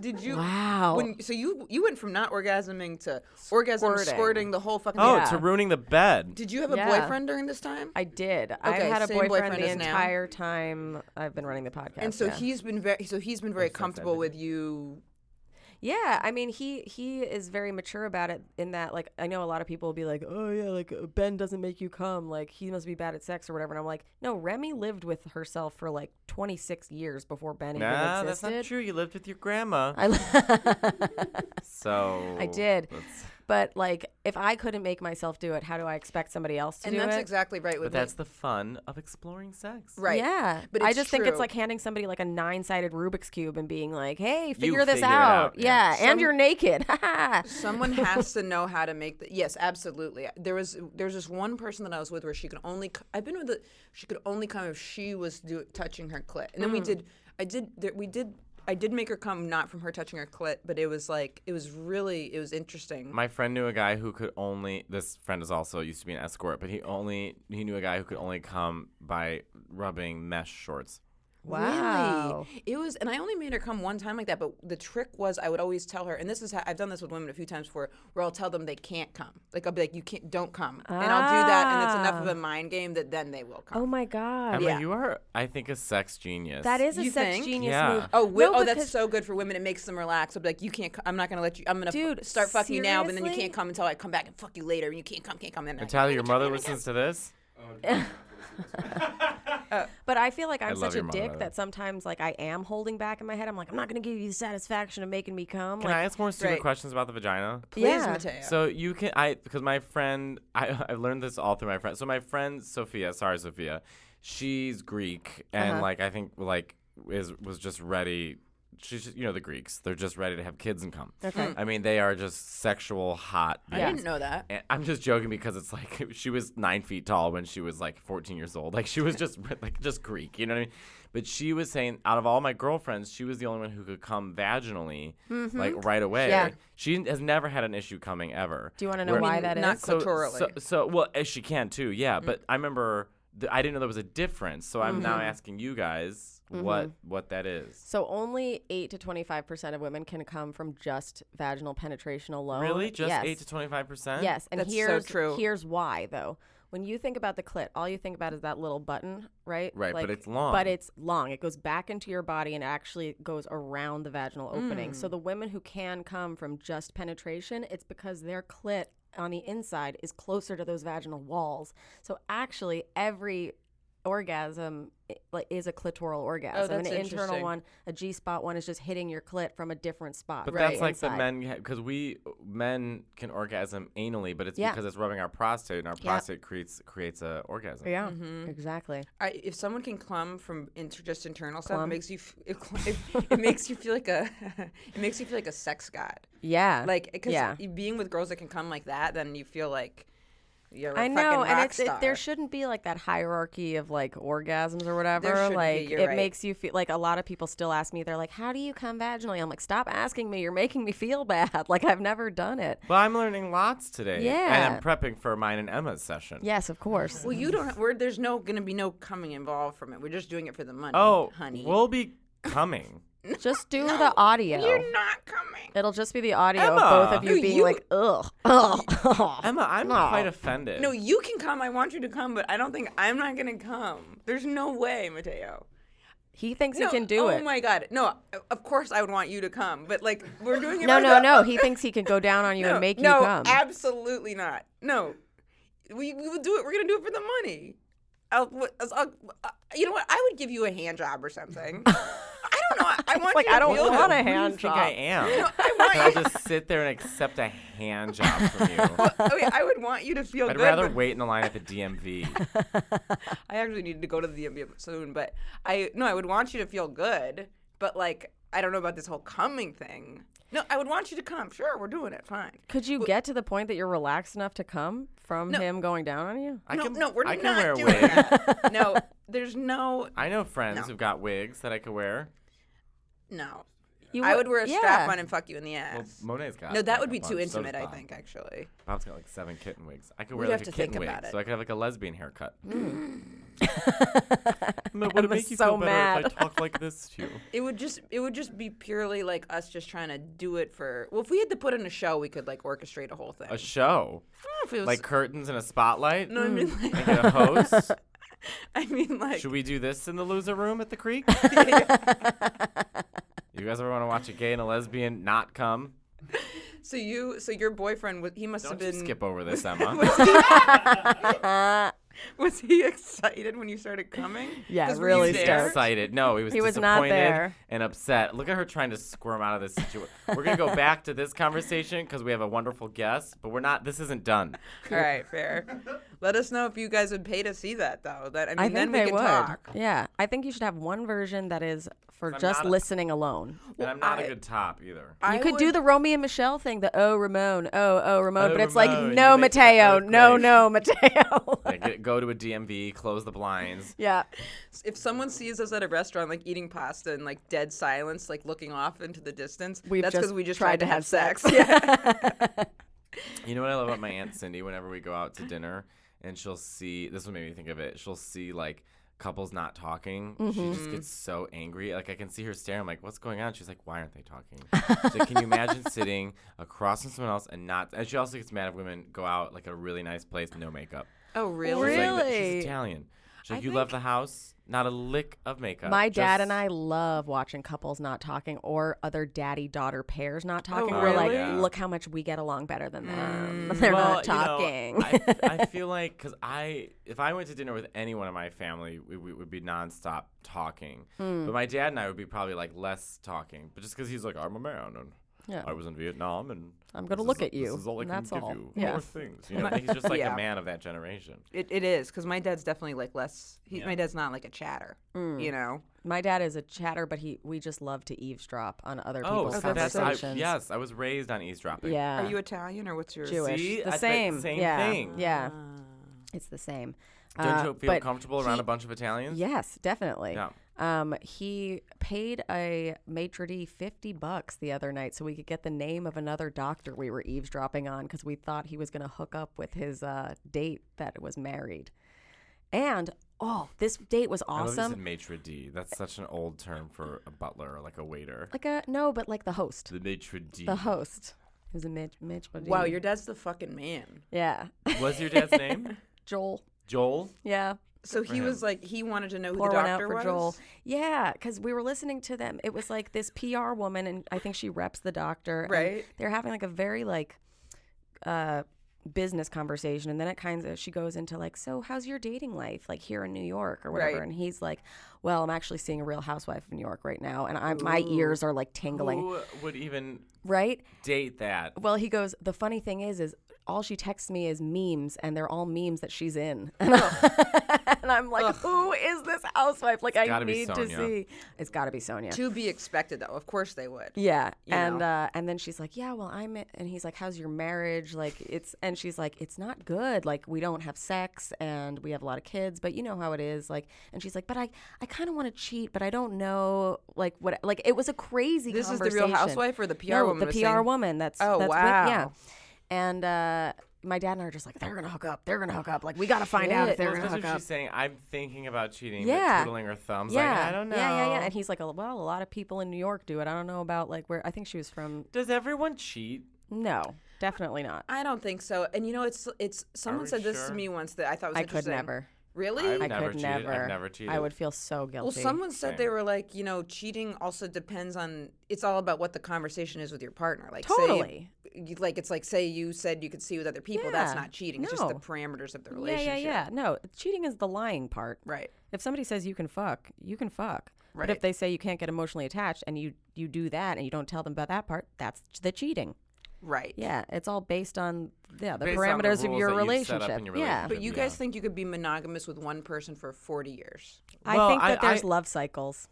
Speaker 3: Did you?
Speaker 4: Wow.
Speaker 3: When, so you you went from not orgasming to orgasm
Speaker 4: Squirting.
Speaker 3: squirting the whole fucking.
Speaker 2: Oh,
Speaker 3: thing.
Speaker 2: to ruining the bed.
Speaker 3: Did you have a
Speaker 4: Yeah.
Speaker 3: boyfriend during this time?
Speaker 4: I did.
Speaker 3: Okay,
Speaker 4: I've had a
Speaker 3: same
Speaker 4: boyfriend,
Speaker 3: boyfriend
Speaker 4: the
Speaker 3: as now?
Speaker 4: entire time I've been running the podcast.
Speaker 3: and so
Speaker 4: yeah.
Speaker 3: he's been very so he's been very comfortable with you.
Speaker 4: Yeah, I mean he he is very mature about it in that like I know a lot of people will be like, "Oh yeah, like uh, Ben doesn't make you come, like he must be bad at sex or whatever." And I'm like, "No, Remy lived with herself for like 26 years before Ben
Speaker 2: Nah,
Speaker 4: even
Speaker 2: that's
Speaker 4: existed."
Speaker 2: not true. You lived with your grandma.
Speaker 4: I
Speaker 2: so
Speaker 4: I did.
Speaker 2: that's-
Speaker 4: But like if I couldn't make myself do it, how do I expect somebody else to
Speaker 3: And
Speaker 4: do
Speaker 3: that's
Speaker 4: it?
Speaker 3: exactly right with
Speaker 2: But that's the fun of exploring sex.
Speaker 3: me. right.
Speaker 4: Yeah,
Speaker 3: But
Speaker 4: I
Speaker 3: it's
Speaker 4: just think it's
Speaker 3: true.
Speaker 4: like handing somebody like a nine-sided Rubik's cube and being like, "Hey, figure this
Speaker 2: figure it
Speaker 4: out."
Speaker 2: out, yeah.
Speaker 4: Yeah, and you're naked.
Speaker 3: Someone has to know how to make the yes, absolutely. There was there's this one person that I was with where she could only c- I've been with the she could only come if she was do, touching her clit, and then we did I did there, we did I did make her come not from her touching her clit, but it was like it was really it was interesting.
Speaker 2: My friend knew a guy who could only. This friend is also used to be an escort, but he only he knew a guy who could only come by rubbing mesh shorts.
Speaker 4: wow.
Speaker 3: Really? It was, and I only made her come one time like that. But the trick was, I would always tell her, and this is how I've done this with women a few times before, where I'll tell them they can't come. Like I'll be like, you can't, don't come, and I'll do that, and it's enough of a mind game that then they will come.
Speaker 4: Oh my god.
Speaker 2: Emma,
Speaker 3: Yeah.
Speaker 2: you are, I think, a sex genius.
Speaker 4: That is a
Speaker 3: You
Speaker 4: sex
Speaker 3: think?
Speaker 4: genius
Speaker 2: Yeah.
Speaker 4: move.
Speaker 3: Oh, wi-
Speaker 4: No,
Speaker 3: oh, that's
Speaker 4: because-
Speaker 3: so good for women. It makes them relax. I'll be like, you can't. c- I'm not gonna let you. I'm gonna f-
Speaker 4: Dude,
Speaker 3: start fucking you now, but then you
Speaker 4: seriously?
Speaker 3: can't come until I come back and fuck you later. And you can't come, can't come. And
Speaker 2: Natalia, your mother listens to this.
Speaker 4: But I feel like I'm
Speaker 2: love
Speaker 4: such a
Speaker 2: your mom, by
Speaker 4: dick
Speaker 2: the way.
Speaker 4: that sometimes like I am holding back in my head. I'm like, I'm not gonna give you the satisfaction of making me come.
Speaker 2: Can
Speaker 4: like,
Speaker 2: I ask more stupid
Speaker 3: Right.
Speaker 2: questions about the vagina?
Speaker 3: Please,
Speaker 4: Yeah.
Speaker 3: Mateo.
Speaker 2: So you can I because my friend I I learned this all through my friend. So my friend Sophia, sorry Sophia, she's Greek and like I think like is was just ready. She's just- you know the Greeks, they're just ready to have kids and come. Okay. I mean they are just sexual hot.
Speaker 1: I
Speaker 2: beings.
Speaker 1: didn't know that.
Speaker 2: And I'm just joking because it's like she was nine feet tall when she was like 14 years old. Like she was just like just Greek, you know what I mean? But she was saying, out of all my girlfriends, she was the only one who could come vaginally, like right away.
Speaker 4: Mm-hmm. Yeah.
Speaker 2: Like, she has never had an issue coming ever.
Speaker 4: Do you want to know
Speaker 2: Where-
Speaker 4: why Mm. that is?
Speaker 3: not
Speaker 2: so,
Speaker 3: clitorally.
Speaker 2: so, so well, as she can too, yeah. But I remember th- I didn't know there was a difference, so I'm
Speaker 4: Mm-hmm.
Speaker 2: now asking you guys what what that is.
Speaker 4: So only eight to twenty five percent of women can come from just vaginal penetration alone.
Speaker 2: Really, just
Speaker 4: yes.
Speaker 2: eight to twenty five percent?
Speaker 4: Yes, and
Speaker 3: That's so
Speaker 4: here's
Speaker 3: true.
Speaker 4: here's why though. When you think about the clit, all you think about is that little button, right?
Speaker 2: Right, but it's long.
Speaker 4: But it's long. It goes back into your body and actually goes around the vaginal opening. So
Speaker 2: Mm.
Speaker 4: the women who can come from just penetration, it's because their clit on the inside is closer to those vaginal walls. So actually, every orgasm i- like is a clitoral
Speaker 2: Oh,
Speaker 4: orgasm.
Speaker 3: that's
Speaker 4: An internal
Speaker 3: interesting.
Speaker 4: one, a G spot one is just hitting your clit from a different spot.
Speaker 2: But
Speaker 4: right
Speaker 2: that's like the
Speaker 4: inside.
Speaker 2: men because we men can orgasm anally, but it's
Speaker 4: Yeah.
Speaker 2: because it's rubbing our prostate, and our prostate creates creates a orgasm.
Speaker 4: Yeah,
Speaker 2: Mm-hmm.
Speaker 4: exactly.
Speaker 3: I, if someone can clum from inter, just internal stuff, it makes you f- it, cl- it, it makes you feel like a it makes you feel like a sex god.
Speaker 4: Yeah,
Speaker 3: Like because
Speaker 4: yeah.
Speaker 3: being with girls that can come like that, then you feel like you're a
Speaker 4: I
Speaker 3: fucking
Speaker 4: know, and
Speaker 3: rock
Speaker 4: it's it,
Speaker 3: star.
Speaker 4: there shouldn't be like that hierarchy of like orgasms or whatever.
Speaker 3: shouldn't be,
Speaker 4: Like
Speaker 3: you're
Speaker 4: it
Speaker 3: right.
Speaker 4: makes you feel like a lot of people still ask me. They're like, "How do you come vaginally?" I'm like, "Stop asking me. You're making me feel bad. Like I've never done it."
Speaker 2: Well, I'm learning lots today. And
Speaker 4: Yeah.
Speaker 2: I'm prepping for mine and Emma's session.
Speaker 4: Yes, of course.
Speaker 3: Well, you don't. We're, there's no going to be no coming involved from it. We're just doing it for the money.
Speaker 2: Oh,
Speaker 3: honey,
Speaker 2: we'll be coming.
Speaker 4: Just do the audio.
Speaker 3: you're not coming.
Speaker 4: It'll just be the audio of
Speaker 2: Emma!
Speaker 4: both of you
Speaker 3: No,
Speaker 4: being
Speaker 3: you-
Speaker 4: like, "Ugh, ugh."
Speaker 2: Emma, I'm quite offended.
Speaker 3: No, you can come. I want you to come, but I don't think I'm not going to come. There's no way, Mateo.
Speaker 4: he thinks
Speaker 3: No,
Speaker 4: he can do
Speaker 3: oh
Speaker 4: it.
Speaker 3: my god. No, of course I would want you to come, but like we're doing it.
Speaker 4: no,
Speaker 3: right
Speaker 4: no,
Speaker 3: now.
Speaker 4: no. He thinks he can go down on you
Speaker 3: no,
Speaker 4: and make
Speaker 3: no,
Speaker 4: you come.
Speaker 3: absolutely not. No, we we will do it. We're gonna do it for the money. I'll, what- I'll- uh, you know what? I would give you a hand job or something. I don't know. I, I want
Speaker 4: like
Speaker 3: you to
Speaker 4: I don't
Speaker 3: feel
Speaker 4: want
Speaker 3: it.
Speaker 4: a
Speaker 2: I
Speaker 4: hand
Speaker 2: think
Speaker 4: job.
Speaker 2: I am.
Speaker 3: I want
Speaker 2: Can I just sit there and accept a hand job from you?
Speaker 3: okay, I would want you to feel
Speaker 2: I'd
Speaker 3: good.
Speaker 2: rather
Speaker 3: but
Speaker 2: wait in the line at the DMV.
Speaker 3: I actually needed to go to the DMV soon, but I no, I would want you to feel good, but like I don't know about this whole coming thing. No, I would want you to come. Sure, we're doing it. Fine.
Speaker 4: Could you get to the point that you're relaxed enough to come from him going down on you?
Speaker 2: I
Speaker 3: no,
Speaker 2: can,
Speaker 3: no, we're
Speaker 2: I
Speaker 3: not
Speaker 2: can wear a
Speaker 3: doing
Speaker 2: wig.
Speaker 3: that. No, there's no,
Speaker 2: I know friends
Speaker 3: No.
Speaker 2: who've got wigs that I could wear.
Speaker 3: no.
Speaker 4: You
Speaker 3: I
Speaker 4: wo-
Speaker 3: would wear a
Speaker 4: yeah.
Speaker 3: strap on and fuck you in the ass.
Speaker 2: Well, Monet's got.
Speaker 3: no, that
Speaker 2: like,
Speaker 3: would
Speaker 2: a
Speaker 3: be too
Speaker 2: bunch. So does
Speaker 3: intimate. I
Speaker 2: Bob.
Speaker 3: think actually.
Speaker 2: Bob's got like seven kitten wigs. I could wear
Speaker 3: We'd have
Speaker 2: like a
Speaker 3: to think
Speaker 2: kitten wig,
Speaker 3: about it. Mm.
Speaker 2: so I could have like a lesbian haircut. Emma, would it
Speaker 4: Emma's
Speaker 2: make you
Speaker 4: so
Speaker 2: feel better
Speaker 4: mad.
Speaker 2: if I talk like this to you?
Speaker 3: It would just it would just be purely like us just trying to do it for. Well, if we had to put in a show, we could like orchestrate a whole thing.
Speaker 2: A show,
Speaker 3: I don't know if it was
Speaker 2: like curtains and a spotlight,
Speaker 3: no, I mean like
Speaker 2: and get a host.
Speaker 3: I mean like
Speaker 2: Should we do this in the loser room at the creek? you guys ever want to watch a gay and a lesbian not come?
Speaker 3: so you so your boyfriend was he must
Speaker 2: Don't
Speaker 3: have
Speaker 2: you
Speaker 3: been
Speaker 2: skip over this, Emma.
Speaker 3: Was he excited when you started coming?
Speaker 4: Yeah,
Speaker 3: 'Cause were you
Speaker 4: really
Speaker 2: He's
Speaker 3: there?
Speaker 4: stoked.
Speaker 2: excited. No, he was.
Speaker 4: He was not
Speaker 2: disappointed
Speaker 4: there.
Speaker 2: and upset. Look at her trying to squirm out of this situation. we're gonna go back to this conversation because we have a wonderful guest, but we're not. This isn't done.
Speaker 3: All right, fair. Let us know if you guys would pay to see that though. That I mean,
Speaker 4: I think
Speaker 3: then we
Speaker 4: they
Speaker 3: can
Speaker 4: would.
Speaker 3: talk.
Speaker 4: Yeah, I think you should have one version that is for
Speaker 2: I'm
Speaker 4: just
Speaker 2: not a-
Speaker 4: listening alone.
Speaker 2: and I'm not a good top either.
Speaker 4: You could do the Romeo and Michelle thing, the oh Ramon, oh oh
Speaker 2: Oh,
Speaker 4: Ramon, but it's
Speaker 2: Ramon,
Speaker 4: like
Speaker 2: you
Speaker 4: no
Speaker 2: make that
Speaker 4: Mateo, no
Speaker 2: earthquake.
Speaker 4: no Mateo.
Speaker 2: Like, get- go to a DMV, close the blinds.
Speaker 4: yeah,
Speaker 3: If someone sees us at a restaurant like eating pasta and like dead silence, like looking off into the distance,
Speaker 4: We've
Speaker 3: that's
Speaker 4: just
Speaker 3: because we just tried,
Speaker 4: tried to
Speaker 3: to
Speaker 4: have
Speaker 3: have sex.
Speaker 2: You know what I love about my aunt Cindy? Whenever we go out to dinner, and she'll see this will make me think of it. She'll see like couples not talking. She
Speaker 4: Mm-hmm.
Speaker 2: just gets so angry. Like I can see her staring. I'm like, what's going on? She's like, why aren't they talking? She's like, can you imagine sitting across from someone else and not? And she also gets mad if women go out like a really nice place, no makeup.
Speaker 3: oh really?
Speaker 2: She's like, "She's
Speaker 4: Really?
Speaker 2: Italian. She's like,
Speaker 4: I
Speaker 2: you left the house, not a lick of makeup.
Speaker 4: My dad
Speaker 2: just-
Speaker 4: and I love watching couples not talking or other daddy daughter pairs not talking. We're
Speaker 2: Oh, really? Yeah. Mm,
Speaker 4: like, look how much we get along better than them. They're not
Speaker 2: Well,
Speaker 4: talking.
Speaker 2: You know, I, I feel like because I, if I went to dinner with anyone in my family, we, we would be nonstop talking.
Speaker 4: Hmm.
Speaker 2: But my dad and I would be probably like less talking, but just because he's like, I'm a man and
Speaker 4: Yeah.
Speaker 2: I was in Vietnam and
Speaker 4: I'm gonna
Speaker 2: this
Speaker 4: look
Speaker 2: is-
Speaker 4: at you,
Speaker 2: This is all I
Speaker 4: and
Speaker 2: can
Speaker 4: that's
Speaker 2: give
Speaker 4: all."
Speaker 2: you.
Speaker 4: Yeah.
Speaker 2: More things. You know, I think he's just like
Speaker 3: Yeah.
Speaker 2: a man of that generation.
Speaker 3: It, it is because my dad's definitely like less. He, My dad's not like a chatter. You know.
Speaker 4: My dad is a chatter, but he we just love to eavesdrop on other people's
Speaker 2: Oh, so that's- I-
Speaker 4: conversations.
Speaker 2: yes, I was raised on eavesdropping.
Speaker 4: Yeah.
Speaker 3: Are you Italian or what's your?
Speaker 4: Jewish?
Speaker 2: See?
Speaker 4: The
Speaker 2: That's the
Speaker 4: same.
Speaker 2: same
Speaker 4: yeah.
Speaker 2: thing.
Speaker 4: Yeah. It's the same.
Speaker 2: Don't
Speaker 4: Uh,
Speaker 2: you feel
Speaker 4: but
Speaker 2: comfortable around
Speaker 4: he-
Speaker 2: a bunch of Italians?
Speaker 4: Yes, definitely.
Speaker 2: Yeah.
Speaker 4: Um, he paid a maitre d' 50 bucks the other night so we could get the name of another doctor we were eavesdropping on because we thought he was going to hook up with his uh, date that was married. And, oh, this date was
Speaker 2: I love you
Speaker 4: awesome.
Speaker 2: said maitre d'. That's such an old term for a butler or like a waiter.
Speaker 4: like a, no, but like the host.
Speaker 2: the maitre d'.
Speaker 4: The host. It was a mait- maitre d'.
Speaker 3: Wow, your dad's the fucking man.
Speaker 4: Yeah.
Speaker 2: What's your dad's name?
Speaker 4: Joel.
Speaker 2: Joel.
Speaker 4: Yeah.
Speaker 3: So he was like, he wanted to know who
Speaker 4: pour
Speaker 3: the
Speaker 4: one out
Speaker 3: doctor
Speaker 4: for
Speaker 3: was.
Speaker 4: Joel. Yeah, because we were listening to them. It was like this PR woman, and I think she reps the doctor. and
Speaker 3: Right.
Speaker 4: They're having like a very like uh, business conversation, and then it kind of she goes into like, so how's your dating life like here in New York or whatever?
Speaker 3: Right.
Speaker 4: And he's like, well, I'm actually seeing a Real Housewife of New York right now, and I, my ears are like tingling.
Speaker 2: Who would even
Speaker 4: Right.
Speaker 2: date that?
Speaker 4: Well, he goes. The funny thing is, is all she texts me is memes, and they're all memes that she's in. And, I, am like, who is this housewife? Like, I
Speaker 2: gotta be
Speaker 4: need to
Speaker 2: Sonia.
Speaker 4: see. It's got to be Sonia.
Speaker 3: To be expected, though. Of course they would.
Speaker 4: yeah, and
Speaker 3: know.
Speaker 4: uh, and then she's like, yeah, well, I'm. i- And he's like, how's your marriage? Like, it's. And she's like, it's not good. Like, we don't have sex, and we have a lot of kids, but you know how it is. Like, and she's like, but I, I kind of want to cheat, but I don't know. Like, what? Like, it was a crazy.
Speaker 3: This is the
Speaker 4: conversation.
Speaker 3: Real Housewife or the PR
Speaker 4: No,
Speaker 3: woman?
Speaker 4: The
Speaker 3: was
Speaker 4: PR
Speaker 3: saying-
Speaker 4: woman. That's
Speaker 3: Oh,
Speaker 4: that's with-
Speaker 3: wow.
Speaker 4: yeah. And uh, my dad and I are just like, they're gonna hook up. They're gonna hook up. Like we gotta find out if
Speaker 3: Shit.
Speaker 4: they're
Speaker 2: Well,
Speaker 4: gonna
Speaker 2: especially
Speaker 4: hook
Speaker 2: if
Speaker 4: up.
Speaker 2: she's saying, "I'm thinking about cheating,"
Speaker 4: Yeah.
Speaker 2: but twiddling her thumbs.
Speaker 4: yeah,
Speaker 2: Like, I don't know.
Speaker 4: yeah, yeah, yeah. And he's like, well, a lot of people in New York do it. I don't know about like where. I think she was from.
Speaker 2: Does everyone cheat?
Speaker 4: No, definitely not.
Speaker 3: I don't think so. And you know, it's it's someone
Speaker 2: we
Speaker 3: said this to
Speaker 2: sure?
Speaker 3: me once that I thought was
Speaker 4: I could
Speaker 3: interesting.
Speaker 4: never.
Speaker 3: Really?
Speaker 2: I've
Speaker 4: I
Speaker 2: never
Speaker 4: could
Speaker 2: cheated. I've
Speaker 4: never.
Speaker 2: never
Speaker 4: I
Speaker 2: cheated.
Speaker 4: would feel so guilty.
Speaker 3: Well, someone said they
Speaker 2: Same.
Speaker 3: were like, you know, cheating also depends on. It's all about what the conversation is with your partner. Like,
Speaker 4: Totally.
Speaker 3: Say you, like it's like say you said you could see with other people. That's
Speaker 4: Yeah.
Speaker 3: not cheating. It's just the
Speaker 4: No.
Speaker 3: parameters of the
Speaker 4: Yeah,
Speaker 3: relationship.
Speaker 4: yeah, yeah. No, cheating is the lying part.
Speaker 3: Right.
Speaker 4: If somebody says you can fuck, you can fuck. But
Speaker 3: Right.
Speaker 4: if they say you can't get emotionally attached and you you do that and you don't tell them about that part, that's the cheating.
Speaker 3: Right.
Speaker 4: Yeah, it's all based on yeah the
Speaker 2: Based on the
Speaker 4: parameters of
Speaker 2: rules
Speaker 4: your
Speaker 2: that you've set
Speaker 4: relationship.
Speaker 2: up in your
Speaker 4: Yeah,
Speaker 2: relationship.
Speaker 3: But you
Speaker 2: Yeah.
Speaker 3: guys think you could be monogamous with one person for forty years?
Speaker 4: I
Speaker 2: Well,
Speaker 4: think
Speaker 2: I-
Speaker 4: that there's
Speaker 2: I-
Speaker 4: love cycles.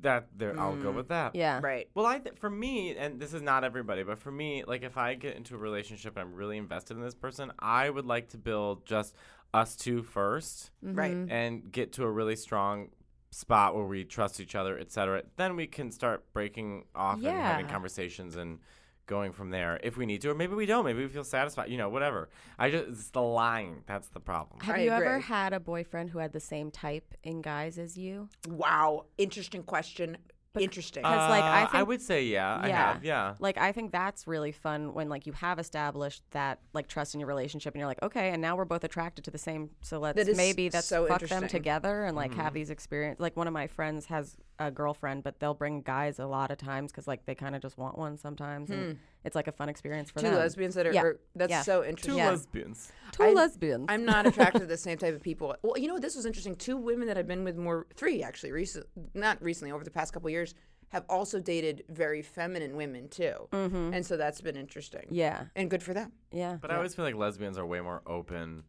Speaker 2: That there, I'll go with that.
Speaker 4: Mm. Yeah,
Speaker 3: Right.
Speaker 2: Well, I th- for me, and this is not everybody, but for me, like if I get into a relationship and I'm really invested in this person, I would like to build just us two first.
Speaker 4: mm-hmm.
Speaker 3: Right.
Speaker 4: Mm.
Speaker 2: and get to a really strong spot where we trust each other, et cetera, then we can start breaking off and having
Speaker 4: Yeah.
Speaker 2: conversations and going from there if we need to, or maybe we don't. Maybe we feel satisfied, you know, whatever. I just it's the lying that's the problem.
Speaker 4: Have
Speaker 3: I
Speaker 4: you ever
Speaker 3: agree.
Speaker 4: had a boyfriend who had the same type in guys as you?
Speaker 3: Wow. Interesting question. Interesting.
Speaker 4: Because like I
Speaker 2: Uh,
Speaker 4: think
Speaker 2: I would say yeah, I
Speaker 4: Yeah.
Speaker 2: have, yeah.
Speaker 4: Like I think that's really fun when like you have established that like trust in your relationship and you're like, okay, and now we're both attracted to the same so let's
Speaker 3: That is
Speaker 4: maybe that's
Speaker 3: so
Speaker 4: fuck them
Speaker 3: interesting.
Speaker 4: together and like have
Speaker 2: Mm-hmm.
Speaker 4: these experience like one of my friends has a girlfriend, but they'll bring guys a lot of times because like they kind of just want one sometimes and it's like a fun experience for
Speaker 3: Hmm. Two
Speaker 4: them.
Speaker 3: lesbians that are.
Speaker 4: Yeah.
Speaker 3: are- that's
Speaker 4: Yeah.
Speaker 3: so interesting.
Speaker 2: Two lesbians.
Speaker 4: Two
Speaker 3: I'm-
Speaker 4: lesbians.
Speaker 3: I'm not attracted to the same type of people. Well, you know, this was interesting. Two women that I've been with more, three actually, recent, not recently, over the past couple of years, have also dated very feminine women too, and so that's been interesting.
Speaker 4: Mm-hmm. yeah.
Speaker 3: and good for them.
Speaker 4: Yeah.
Speaker 2: But I always feel like lesbians are way more open.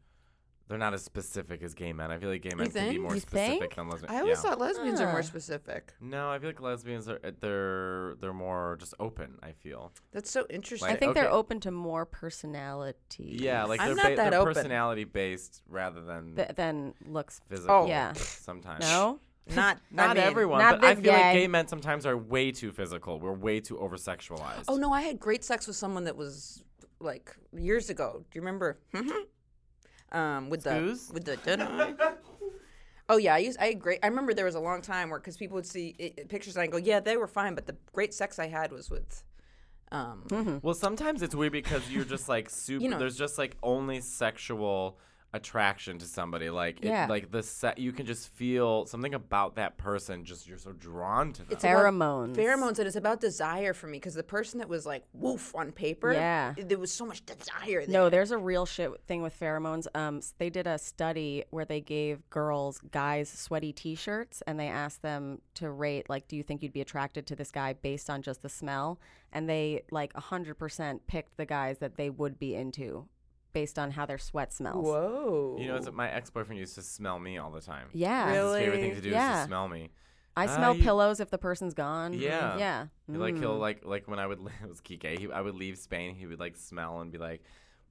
Speaker 2: They're not as specific as gay men. I feel like gay men can be
Speaker 3: think?
Speaker 2: more
Speaker 4: You
Speaker 2: specific
Speaker 4: think?
Speaker 2: than lesbians.
Speaker 3: I always
Speaker 2: yeah.
Speaker 3: thought lesbians
Speaker 4: Ah.
Speaker 3: are more specific.
Speaker 2: No, I feel like lesbians are they're they're more just open, I feel.
Speaker 3: That's so interesting.
Speaker 4: I
Speaker 2: Like,
Speaker 4: think they're
Speaker 2: okay.
Speaker 4: open to more personality.
Speaker 2: Yeah, like
Speaker 3: I'm
Speaker 2: they're,
Speaker 3: not
Speaker 2: ba-
Speaker 3: that
Speaker 2: they're
Speaker 3: open.
Speaker 2: personality based rather than
Speaker 4: Th- then looks.
Speaker 2: physical.
Speaker 4: yeah.
Speaker 2: Sometimes.
Speaker 4: No.
Speaker 3: not
Speaker 2: Not
Speaker 3: I mean-
Speaker 2: everyone,
Speaker 4: not
Speaker 2: but I
Speaker 4: this
Speaker 2: feel like
Speaker 4: gay.
Speaker 2: gay men sometimes are way too physical. We're way too over sexualized.
Speaker 3: Oh no, I had great sex with someone that was like years ago. Do you remember? um, with
Speaker 2: Scooze?
Speaker 3: the with the. did I? Oh yeah, I used I had great. I remember there was a long time where because people would see i pictures and I go, yeah, they were fine, but the great sex I had was with. Um,
Speaker 2: Well, sometimes it's weird because you're just like super.
Speaker 3: know.
Speaker 2: There's just like only sexual attraction to somebody. Like it,
Speaker 4: Yeah.
Speaker 2: like the set, you can just feel something about that person. Just you're so drawn to them.
Speaker 4: It's pheromones.
Speaker 3: Pheromones, and it's about desire for me because the person that was like woof on paper,
Speaker 4: Yeah.
Speaker 3: there was so much desire. There.
Speaker 4: No, there's a real shit thing with pheromones. Um, s- they did a study where they gave girls guys sweaty T-shirts, and they asked them to rate like, do you think you'd be attracted to this guy based on just the smell? And they like 100% picked the guys that they would be into based on how their sweat smells.
Speaker 3: Whoa.
Speaker 2: You know, it's, my ex boyfriend used to smell me all the time.
Speaker 4: Yeah,
Speaker 2: That's His favorite thing
Speaker 3: Really?
Speaker 2: to do is
Speaker 4: Yeah.
Speaker 2: to smell me.
Speaker 4: I
Speaker 2: Ah,
Speaker 4: smell
Speaker 2: you-
Speaker 4: pillows if the person's gone. Mm-hmm.
Speaker 2: Yeah.
Speaker 4: yeah.
Speaker 2: He, Like he'll
Speaker 4: Mm.
Speaker 2: like like when I would li- it was Kike. He, I would leave Spain. He would like smell and be like,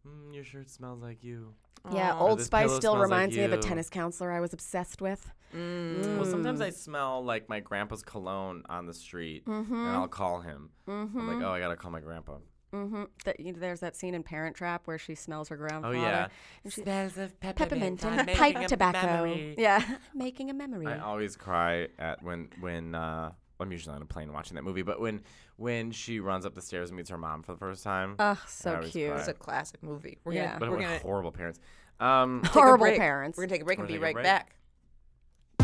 Speaker 2: mm, "Your shirt smells like you."
Speaker 4: Yeah,
Speaker 2: Or
Speaker 4: Old
Speaker 2: this
Speaker 4: Spice
Speaker 2: pillow
Speaker 4: still
Speaker 2: smells like
Speaker 4: reminds me of a
Speaker 2: you.
Speaker 4: tennis counselor I was obsessed with.
Speaker 2: Well, sometimes I smell like my grandpa's cologne on the street, and I'll call him. I'm like, "Oh, I gotta call my grandpa."
Speaker 4: Mm-hmm. That you know, there's that scene in Parent Trap where she smells her
Speaker 2: Oh
Speaker 4: grandfather.
Speaker 2: yeah.
Speaker 4: And she-
Speaker 2: Smells of
Speaker 4: peppermint and pipe tobacco. Yeah, making a memory.
Speaker 2: I always cry at when when uh, I'm usually on a plane watching that movie, but when when she runs up the stairs and meets her mom for the first time.
Speaker 4: Ugh,
Speaker 2: I
Speaker 4: so
Speaker 2: always
Speaker 4: cute.
Speaker 2: cry.
Speaker 3: It's a classic movie. We're
Speaker 4: Yeah.
Speaker 3: gonna
Speaker 2: but
Speaker 3: we're
Speaker 2: we're
Speaker 3: gonna take
Speaker 2: horrible parents. Um,
Speaker 3: a
Speaker 4: Horrible
Speaker 3: break.
Speaker 4: parents.
Speaker 3: We're gonna take a break and
Speaker 2: Wanna
Speaker 3: be
Speaker 2: take a
Speaker 3: right back.
Speaker 2: break?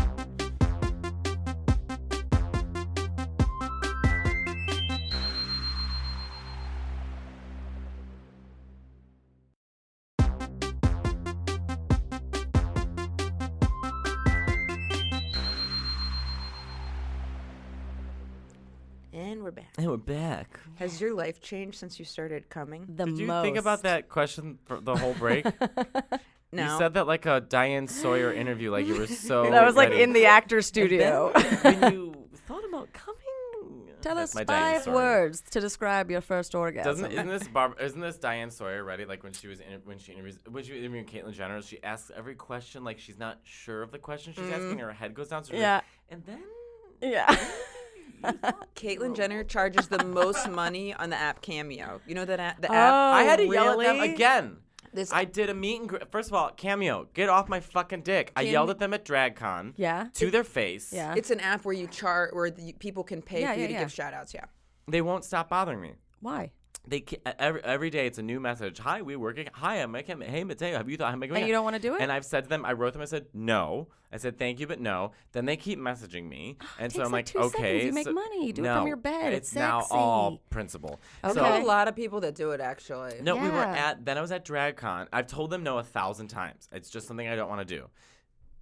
Speaker 1: And we're back.
Speaker 6: And we're back.
Speaker 3: Has your life changed since you started coming?
Speaker 4: the
Speaker 2: did you
Speaker 4: most.
Speaker 2: think about that question for the whole break?
Speaker 3: No.
Speaker 2: You said that like a Diane Sawyer interview, like you were so.
Speaker 4: That was like
Speaker 2: ready.
Speaker 4: in the actor's studio.
Speaker 6: when you thought about coming,
Speaker 4: Tell
Speaker 2: That's
Speaker 4: us
Speaker 2: my Diane
Speaker 4: five
Speaker 2: Sawyer.
Speaker 4: words to describe your first orgasm.
Speaker 2: Doesn't isn't this Barb? Isn't this Diane Sawyer ready? Like when she was in, when she interviews when she was interviewing Caitlyn Jenner, she asks every question like she's not sure of the question she's asking. Her head goes down. So she's like,
Speaker 4: Mm. Yeah.
Speaker 2: and then
Speaker 4: yeah.
Speaker 3: Caitlyn Jenner charges the most money on the app Cameo. You know that app? The app.
Speaker 2: I had
Speaker 4: Oh,
Speaker 2: to yell at them
Speaker 4: really?
Speaker 2: again.
Speaker 3: This-
Speaker 2: I did a meet and greet. First of all, cameo, get off my fucking dick. I yelled at them at DragCon.
Speaker 4: Yeah.
Speaker 2: To their face.
Speaker 4: Yeah.
Speaker 3: It's an app where you char where the, people can pay
Speaker 4: Yeah,
Speaker 3: for you
Speaker 4: yeah,
Speaker 3: to
Speaker 4: yeah.
Speaker 3: give shout outs. Yeah.
Speaker 2: They won't stop bothering me.
Speaker 4: Why?
Speaker 2: They ca- e, every, every day it's a new message. Hi, we working. Hi, I'm making. Hey, Mateo, have you thought? I'm
Speaker 4: And Oh, you don't wanna do it?
Speaker 2: And I've said to them, I wrote them. I said no. I said thank you, but no. Then they keep messaging me, and so
Speaker 4: takes,
Speaker 2: I'm
Speaker 4: like,
Speaker 2: like,
Speaker 4: two seconds.
Speaker 2: okay,
Speaker 4: You make
Speaker 2: so-
Speaker 4: money. You do it from
Speaker 2: no,
Speaker 4: your bed.
Speaker 2: It's
Speaker 4: It's
Speaker 2: now
Speaker 4: sexy.
Speaker 2: all principle. So-
Speaker 4: Okay.
Speaker 3: A lot of people that do it actually.
Speaker 2: No, we were
Speaker 4: Yeah.
Speaker 2: at. Then I was at DragCon. I've told them no a thousand times. It's just something I don't want to do.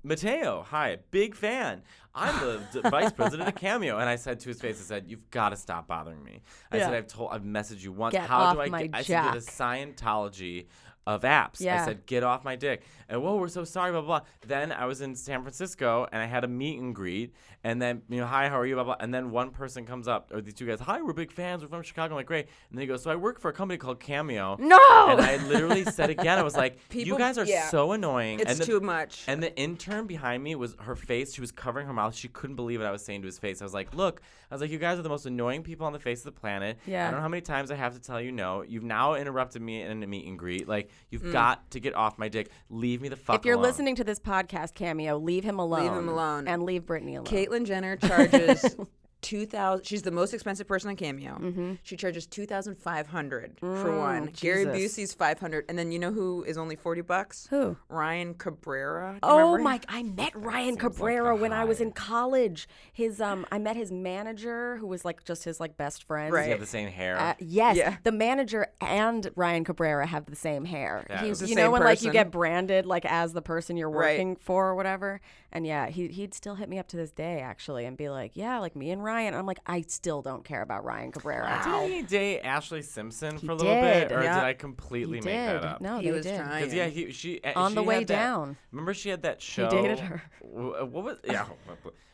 Speaker 2: Mateo, hi, big fan. I'm the d- vice president of Cameo, and I said to his face, I said, "You've got to stop bothering me." I said,
Speaker 4: Yeah.
Speaker 2: "I've told, I've messaged you once.
Speaker 4: Get
Speaker 2: How
Speaker 4: off
Speaker 2: do I
Speaker 4: my
Speaker 2: get?" I said, "You're the
Speaker 4: jack."
Speaker 2: Scientology of apps."
Speaker 4: Yeah.
Speaker 2: I said, "Get off my dick." And whoa, we're so sorry, blah blah. blah. Then I was in San Francisco, and I had a meet and greet, and then you know, hi, how are you, blah blah. And then one person comes up, or these two guys, hi, we're big fans, we're from Chicago. I'm like, great. And then he goes, "So I work for a company called Cameo."
Speaker 4: No!
Speaker 2: And I literally said again, I was like,
Speaker 3: People-
Speaker 2: "You guys are
Speaker 3: yeah.
Speaker 2: so annoying."
Speaker 3: It's
Speaker 2: and the-
Speaker 3: too much.
Speaker 2: and the intern behind me was her face. She was covering her mouth. She couldn't believe what I was saying to his face. I was like, "Look, I was like, you guys are the most annoying people on the face of the planet. I
Speaker 4: Yeah.
Speaker 2: don't know how many times I have to tell you no. You've now interrupted me in a meet and greet. Like, you've got to get off my dick. Leave me the fuck.
Speaker 4: Mm. If you're
Speaker 2: alone.
Speaker 4: listening to this podcast, cameo, leave him alone.
Speaker 3: Leave him alone.
Speaker 4: And leave Brittany alone.
Speaker 3: Caitlyn Jenner charges two thousand. She's the most expensive person on Cameo.
Speaker 4: Mm-hmm.
Speaker 3: She charges two thousand five hundred for one. Gary Busey's five hundred, and then you know who is only forty bucks?
Speaker 4: Who?
Speaker 3: Ryan Cabrera. Do you
Speaker 4: Oh
Speaker 3: remember him?
Speaker 4: my! I met Ryan Cabrera when I was in college. His um, I met his manager, who was like just his like best friend.
Speaker 2: you
Speaker 3: Right.
Speaker 2: have the same hair.
Speaker 4: Uh, yes,
Speaker 3: Yeah.
Speaker 4: the manager and Ryan Cabrera have the same hair.
Speaker 2: Yeah,
Speaker 4: He-
Speaker 2: it's
Speaker 3: the
Speaker 4: you know
Speaker 3: same
Speaker 4: when like you
Speaker 3: person.
Speaker 4: get branded like as the person you're
Speaker 3: Right.
Speaker 4: working for or whatever. And yeah, he he'd still hit me up to this day actually and be like, yeah, like me and Ryan. I'm like, I still don't care about Ryan Cabrera.
Speaker 2: did he date Ashley Simpson for a little
Speaker 4: did.
Speaker 2: bit, or
Speaker 3: Yeah.
Speaker 2: did I
Speaker 4: He
Speaker 2: completely make
Speaker 4: did.
Speaker 2: that up?
Speaker 4: No,
Speaker 3: He
Speaker 4: they
Speaker 3: was
Speaker 4: did.
Speaker 3: trying.
Speaker 2: Because yeah, he, she uh,
Speaker 4: On the
Speaker 2: she
Speaker 4: way
Speaker 2: had that-
Speaker 4: down.
Speaker 2: remember, she had that show.
Speaker 4: dated her.
Speaker 2: wh- What was yeah?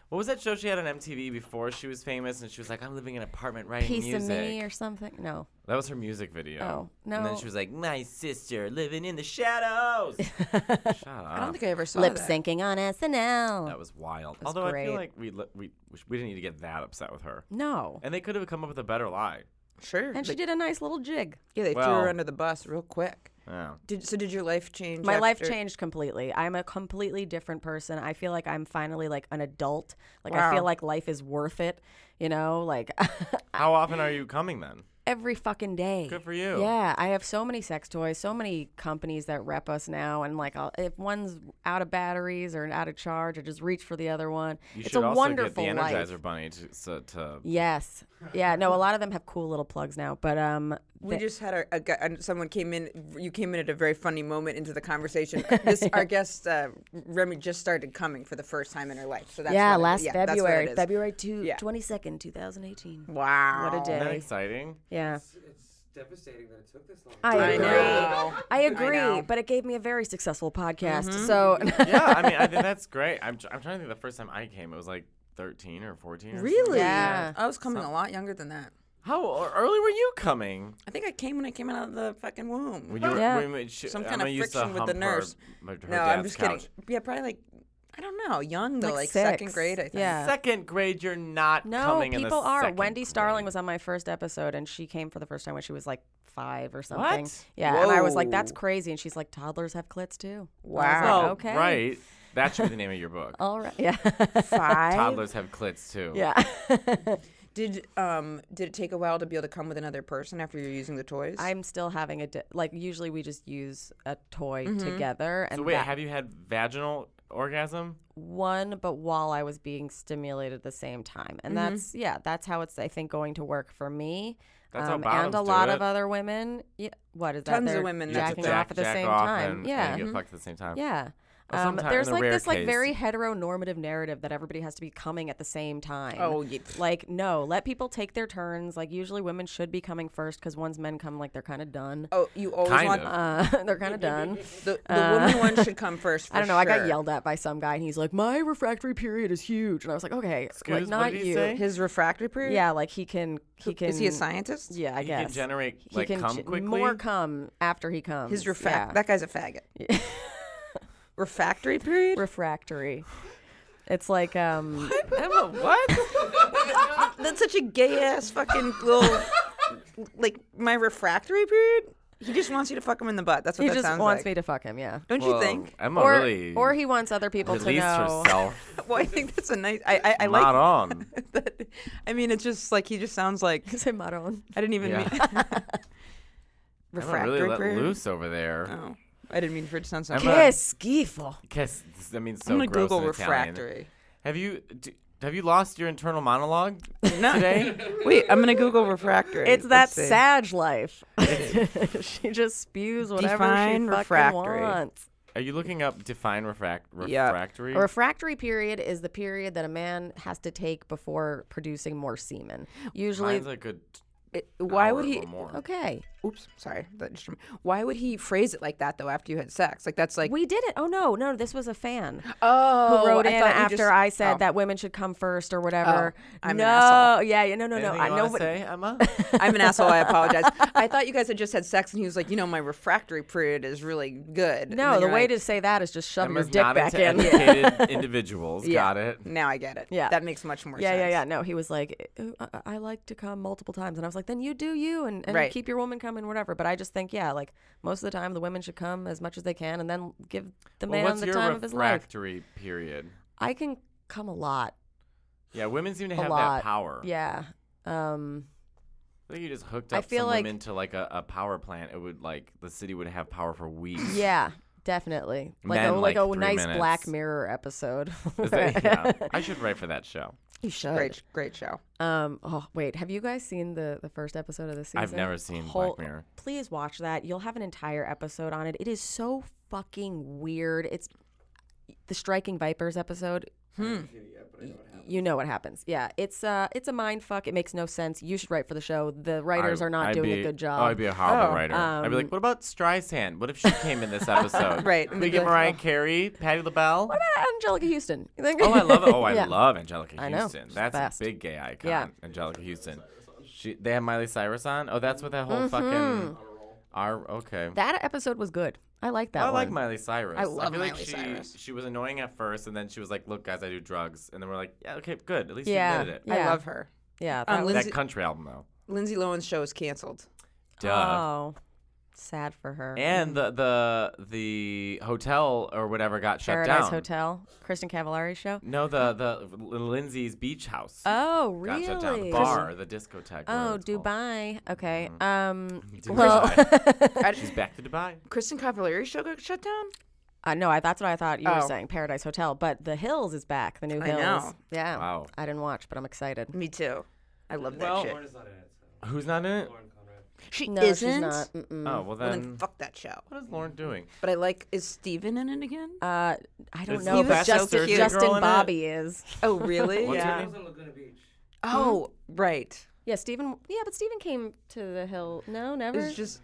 Speaker 2: What was that show she had on MTV before she was famous? And she was like, "I'm living in an apartment writing
Speaker 4: Piece
Speaker 2: music."
Speaker 4: of me or something. No.
Speaker 2: That was her music video.
Speaker 4: Oh,
Speaker 2: And
Speaker 4: no.
Speaker 2: then she was like, "My sister living in the shadows." Shut
Speaker 3: I don't
Speaker 2: up.
Speaker 3: think I ever saw
Speaker 4: Lip
Speaker 3: that.
Speaker 4: syinking on SNL.
Speaker 2: That was wild. Although I
Speaker 4: great.
Speaker 2: feel like we li- we we sh- we didn't need to get that upset with her.
Speaker 4: no.
Speaker 2: And they could have come up with a better lie.
Speaker 3: Sure.
Speaker 4: And she
Speaker 3: Like,
Speaker 4: did a nice little jig.
Speaker 3: yeah, they threw
Speaker 2: well-
Speaker 3: her under the bus real quick.
Speaker 2: Yeah.
Speaker 3: Did so? Did your life change?
Speaker 4: My life
Speaker 3: after-
Speaker 4: changed completely. I'm a completely different person. I feel like I'm finally like an adult. Like I
Speaker 3: Wow.
Speaker 4: feel like life is worth it, you know? Like
Speaker 2: How often are you coming then?
Speaker 4: every fucking day.
Speaker 2: Good for you.
Speaker 4: Yeah, I have so many sex toys, so many companies that rep us now, and like I'll, if one's out of batteries or out of charge, I just reach for the other one.
Speaker 2: You
Speaker 4: it's
Speaker 2: should
Speaker 4: a
Speaker 2: also
Speaker 4: wonderful
Speaker 2: get the
Speaker 4: life.
Speaker 2: Energizer Bunny to, so, to
Speaker 4: Yes, yeah, no, a lot of them have cool little plugs now, but um,
Speaker 3: We
Speaker 4: the-
Speaker 3: just had a, a gu- and someone came in. You came in at a very funny moment into the conversation. This our guest uh, Remy just started coming for the first time in her life. So that's
Speaker 4: yeah,
Speaker 3: what it-
Speaker 4: last
Speaker 3: yeah, that's what it
Speaker 4: February,
Speaker 3: is.
Speaker 4: February two,
Speaker 3: Yeah.
Speaker 4: 22nd, 2018.
Speaker 3: Wow,
Speaker 4: What a
Speaker 2: Isn't that
Speaker 4: day!
Speaker 2: exciting?
Speaker 4: Yeah.
Speaker 7: It's, it's devastating that it took this long.
Speaker 4: I
Speaker 3: I
Speaker 4: agree.
Speaker 3: know.
Speaker 4: I agree,
Speaker 3: know.
Speaker 4: but it gave me a very successful podcast.
Speaker 2: Mm-hmm.
Speaker 4: So
Speaker 2: yeah, I mean, I think that's great. I'm, tr- I'm trying to think. The first time I came, it was like 13 or 14. Or something.
Speaker 3: Really?
Speaker 4: Yeah.
Speaker 3: I was coming a lot younger than that.
Speaker 2: How o- early were you coming?
Speaker 3: I think I came when I came out of the fucking womb.
Speaker 2: When you were,
Speaker 4: Yeah.
Speaker 2: when, when she,
Speaker 3: Some kind of
Speaker 2: Emma used to
Speaker 3: friction with the
Speaker 2: hump
Speaker 3: nurse.
Speaker 2: Her, her
Speaker 3: no, I'm
Speaker 2: dad's
Speaker 3: just
Speaker 2: couch.
Speaker 3: kidding. Yeah, probably like I don't know, young though,
Speaker 4: Like
Speaker 3: like, second
Speaker 4: six.
Speaker 3: grade. I think.
Speaker 4: Yeah.
Speaker 2: Second grade, you're not
Speaker 4: no,
Speaker 2: coming in the
Speaker 4: people are.
Speaker 2: second
Speaker 4: Wendy Starling
Speaker 2: grade.
Speaker 4: was on my first episode, and she came for the first time when she was like five or something.
Speaker 2: What?
Speaker 4: Yeah, and I was like, "That's
Speaker 3: Whoa.
Speaker 4: crazy," and she's like, "Toddlers have clits too." And I was
Speaker 3: Wow.
Speaker 4: like,
Speaker 2: Well,
Speaker 4: okay.
Speaker 2: Right. That should be the name of your book.
Speaker 4: All right. Yeah.
Speaker 3: Five.
Speaker 2: Toddlers have clits too.
Speaker 4: yeah.
Speaker 3: Did um did it take a while to be able to come with another person after you're using the toys?
Speaker 4: I'm still having a di- like. Usually, we just use a toy together,
Speaker 2: Mm-hmm.
Speaker 4: and
Speaker 2: So wait,
Speaker 4: that
Speaker 2: have you had vaginal orgasm?
Speaker 4: one, but while I was being stimulated at the same time, and
Speaker 3: Mm-hmm.
Speaker 4: that's yeah, that's how it's I think going to work for me. Um,
Speaker 2: That's how
Speaker 4: and
Speaker 2: bottoms
Speaker 4: a
Speaker 2: do
Speaker 4: lot
Speaker 2: it.
Speaker 4: of other women. Yeah, what is that?
Speaker 3: Tons of
Speaker 4: They're
Speaker 3: women
Speaker 2: You
Speaker 3: that
Speaker 2: have
Speaker 4: jacking
Speaker 2: to
Speaker 3: do
Speaker 2: off
Speaker 4: off at the same time.
Speaker 2: And,
Speaker 4: yeah,
Speaker 2: And you get fucked at the same time.
Speaker 4: yeah.
Speaker 2: Well,
Speaker 4: Um,
Speaker 2: sometime-
Speaker 4: there's
Speaker 2: in a
Speaker 4: like
Speaker 2: rare
Speaker 4: this like
Speaker 2: case.
Speaker 4: very heteronormative narrative that everybody has to be coming at the same time.
Speaker 3: Oh, yeah.
Speaker 4: Like no, let people take their turns. Like usually women should be coming first because once men come, like they're kind of done.
Speaker 3: oh, you always
Speaker 2: Kind
Speaker 3: want
Speaker 2: of.
Speaker 4: Uh, they're kind of done.
Speaker 3: the, the woman one should come first.
Speaker 4: Uh, I don't
Speaker 3: for
Speaker 4: know. I got
Speaker 3: sure.
Speaker 4: yelled at by some guy, and he's like, "My refractory period is huge," and I was like, "Okay,
Speaker 2: Excuse,
Speaker 4: like
Speaker 2: what
Speaker 4: not
Speaker 2: did he
Speaker 4: you."
Speaker 2: say?
Speaker 3: His refractory period.
Speaker 4: Yeah, like he can. He can.
Speaker 3: Is he a scientist?
Speaker 4: Yeah, I
Speaker 2: He
Speaker 4: guess.
Speaker 2: can generate
Speaker 4: He
Speaker 2: like
Speaker 4: can
Speaker 2: come
Speaker 4: ge-
Speaker 2: quickly.
Speaker 4: More cum after he comes.
Speaker 3: His refact.
Speaker 4: yeah.
Speaker 3: That guy's a faggot. refractory period.
Speaker 4: refractory. It's like um.
Speaker 2: Emma, what?
Speaker 3: That's such a gay ass fucking little. like my refractory period. He just wants you to fuck him in the butt. That's what
Speaker 4: he
Speaker 3: that
Speaker 4: just
Speaker 3: sounds
Speaker 4: wants
Speaker 3: like.
Speaker 4: me to fuck him. Yeah.
Speaker 3: Don't you think?
Speaker 2: Emma
Speaker 4: or
Speaker 2: really
Speaker 4: or he wants other people to
Speaker 2: released
Speaker 4: know.
Speaker 2: herself.
Speaker 3: Well, I think that's a nice. I I, I
Speaker 2: not
Speaker 3: like
Speaker 2: on.
Speaker 3: that. I mean, it's just like he just sounds like
Speaker 4: Is it Maron?
Speaker 3: I didn't even
Speaker 2: Yeah.
Speaker 3: mean
Speaker 2: Emma
Speaker 3: refractory
Speaker 2: really let
Speaker 3: period.
Speaker 2: loose over there.
Speaker 3: Oh, I didn't mean for it to sound so.
Speaker 2: Emma-
Speaker 3: bad.
Speaker 4: Que schifo.
Speaker 2: Guess this- I mean, so
Speaker 3: I'm gonna
Speaker 2: gross
Speaker 3: Google
Speaker 2: in Italian.
Speaker 3: refractory.
Speaker 2: Have you do, have you lost your internal monologue?
Speaker 3: No. Wait, I'm gonna Google refractory.
Speaker 4: It's that
Speaker 3: Let's see.
Speaker 4: sage life. she just spews whatever
Speaker 3: Define
Speaker 4: she fucking
Speaker 3: refractory.
Speaker 4: wants.
Speaker 2: Are you looking up define refract
Speaker 3: Yeah.
Speaker 2: refractory?
Speaker 4: A refractory period is the period that a man has to take before producing more semen. Usually,
Speaker 2: Mine's like a t-
Speaker 3: It- why
Speaker 2: hour
Speaker 3: would he?
Speaker 2: or more.
Speaker 4: okay,
Speaker 3: Oops, sorry. That just, why would he phrase it like that though? After you had sex, like that's like
Speaker 4: we did it. Oh no, no, this was a fan
Speaker 3: oh,
Speaker 4: who wrote
Speaker 3: I
Speaker 4: in
Speaker 3: thought you
Speaker 4: after
Speaker 3: just-
Speaker 4: I said
Speaker 3: oh.
Speaker 4: that women should come first or whatever.
Speaker 3: I'm an
Speaker 4: no,
Speaker 3: asshole.
Speaker 4: yeah, yeah, no, no, no.
Speaker 2: Anything
Speaker 4: I
Speaker 2: you
Speaker 4: know
Speaker 2: wanna
Speaker 4: what.
Speaker 2: say, Emma.
Speaker 3: I'm an asshole. I apologize. I thought you guys had just had sex, and he was like, you know, my refractory period is really good. And
Speaker 4: No,
Speaker 3: then
Speaker 4: the
Speaker 3: you're
Speaker 4: way
Speaker 3: like,
Speaker 4: to say that is just shove
Speaker 2: Emma's
Speaker 4: your dick
Speaker 2: not
Speaker 4: back
Speaker 2: into
Speaker 4: in.
Speaker 2: educated individuals.
Speaker 3: Yeah.
Speaker 2: Got it.
Speaker 3: now I get it.
Speaker 4: Yeah.
Speaker 3: that makes much more
Speaker 4: Yeah,
Speaker 3: sense.
Speaker 4: yeah, yeah. No, he was like, "Ooh, I, I- I like to come multiple times, and I was like, then you do you, and, and
Speaker 3: Right.
Speaker 4: keep your woman coming, whatever. But I just think, yeah, like most of the time, the women should come as much as they can, and then give the
Speaker 2: Well,
Speaker 4: man
Speaker 2: what's
Speaker 4: the
Speaker 2: your
Speaker 4: time of his life.
Speaker 2: refractory period?
Speaker 4: I can come a lot,
Speaker 2: Yeah, women seem to
Speaker 4: a
Speaker 2: have
Speaker 4: lot.
Speaker 2: that power.
Speaker 4: Yeah. Um,
Speaker 2: I think you just hooked
Speaker 4: I
Speaker 2: up
Speaker 4: feel
Speaker 2: some
Speaker 4: like-
Speaker 2: women to like a, a power plant. It would like the city would have power for weeks.
Speaker 4: yeah, definitely. Like a
Speaker 2: Men
Speaker 4: like,
Speaker 2: like
Speaker 4: a
Speaker 2: three
Speaker 4: nice
Speaker 2: minutes.
Speaker 4: Black Mirror episode.
Speaker 2: Is that- yeah. I should write for that show.
Speaker 4: You should.
Speaker 3: Great, great show.
Speaker 4: Um. Oh, wait. Have you guys seen the the first episode of the season?
Speaker 2: I've never seen Black Mirror.
Speaker 4: Please watch that. You'll have an entire episode on it. It is so fucking weird. It's the Striking Vipers episode. Hmm. You know what happens. Yeah, it's uh it's a mind fuck. It makes no sense. You should write for the show. The writers
Speaker 2: I-
Speaker 4: are not
Speaker 2: I'd
Speaker 4: doing
Speaker 2: be-
Speaker 4: a good
Speaker 2: Oh,
Speaker 4: job.
Speaker 2: I'd be a horrible
Speaker 3: Oh.
Speaker 2: writer. I'd be
Speaker 4: Um,
Speaker 2: like, what about Streisand? What if she came in this episode?
Speaker 3: Right, and
Speaker 2: We
Speaker 3: they'd
Speaker 2: get
Speaker 3: be like,
Speaker 2: Mariah Carey, Patti LaBelle.
Speaker 4: What about Angelica Houston?
Speaker 2: Oh, I love it. Oh, I
Speaker 4: Yeah.
Speaker 2: love Angelica
Speaker 4: I know.
Speaker 2: Houston.
Speaker 4: She's
Speaker 2: That's
Speaker 4: the best.
Speaker 2: a big gay icon.
Speaker 4: Yeah.
Speaker 2: Angelica Houston. She, they have Miley Cyrus on. Oh, that's what that whole fucking. Our okay.
Speaker 4: Mm-hmm.
Speaker 2: Oh,
Speaker 4: That episode was good. I like that
Speaker 2: I
Speaker 4: one.
Speaker 2: like Miley Cyrus.
Speaker 3: I love
Speaker 2: feel like
Speaker 3: Miley
Speaker 2: she,
Speaker 3: Cyrus.
Speaker 2: She was annoying at first, and then she was like, "Look, guys, I do drugs," and then we're like, "Yeah, okay, good. At least
Speaker 4: Yeah.
Speaker 2: you admitted it."
Speaker 4: Yeah.
Speaker 3: I love her.
Speaker 4: Yeah.
Speaker 3: Um,
Speaker 4: That was,
Speaker 2: That
Speaker 3: Lindsay,
Speaker 2: country album though.
Speaker 3: Lindsay Lohan's show is canceled.
Speaker 2: Duh.
Speaker 4: oh. Sad for her.
Speaker 2: And the the the hotel or whatever got shut
Speaker 4: Paradise
Speaker 2: down.
Speaker 4: Hotel, Kristen Cavallari show.
Speaker 2: No, the the Lindsay's beach house.
Speaker 4: Oh,
Speaker 2: Got
Speaker 4: really?
Speaker 2: shut down. The bar, Mm-hmm. the discotheque. whatever
Speaker 4: Oh,
Speaker 2: it's called.
Speaker 4: Dubai. Okay. Um.
Speaker 2: Dubai.
Speaker 4: Well,
Speaker 2: She's back to Dubai.
Speaker 3: Kristen Cavallari show got shut down?
Speaker 4: I know. uh, I, that's what I thought you were
Speaker 3: Oh.
Speaker 4: saying. Paradise Hotel, but The Hills is back. The new
Speaker 3: I
Speaker 4: Hills.
Speaker 3: know.
Speaker 4: Yeah.
Speaker 2: Wow.
Speaker 4: I didn't watch, but I'm excited.
Speaker 3: Me too. I love that
Speaker 2: Well-
Speaker 3: shit.
Speaker 7: Lauren is not in it. So.
Speaker 2: Who's not in it?
Speaker 7: Lauren Conrad.
Speaker 3: She
Speaker 4: No,
Speaker 3: isn't.
Speaker 4: she's not. Mm, Mm-mm.
Speaker 2: Oh, well
Speaker 3: Well,
Speaker 2: then.
Speaker 3: then fuck that show.
Speaker 2: what is Lauren doing?
Speaker 3: But I like. Is Steven in it again?
Speaker 4: Uh, I don't
Speaker 2: Is
Speaker 4: know.
Speaker 2: the
Speaker 4: But
Speaker 2: Basco
Speaker 4: Justin,
Speaker 2: surgery
Speaker 4: Justin
Speaker 2: girl in it?
Speaker 4: Bobby is.
Speaker 3: Oh, really?
Speaker 2: What's
Speaker 3: yeah.
Speaker 2: her
Speaker 7: I
Speaker 2: name?
Speaker 7: was in Laguna Beach.
Speaker 3: Oh, right.
Speaker 4: Yeah, Stephen. Yeah, but Stephen came to the hill. No, never.
Speaker 3: It's just.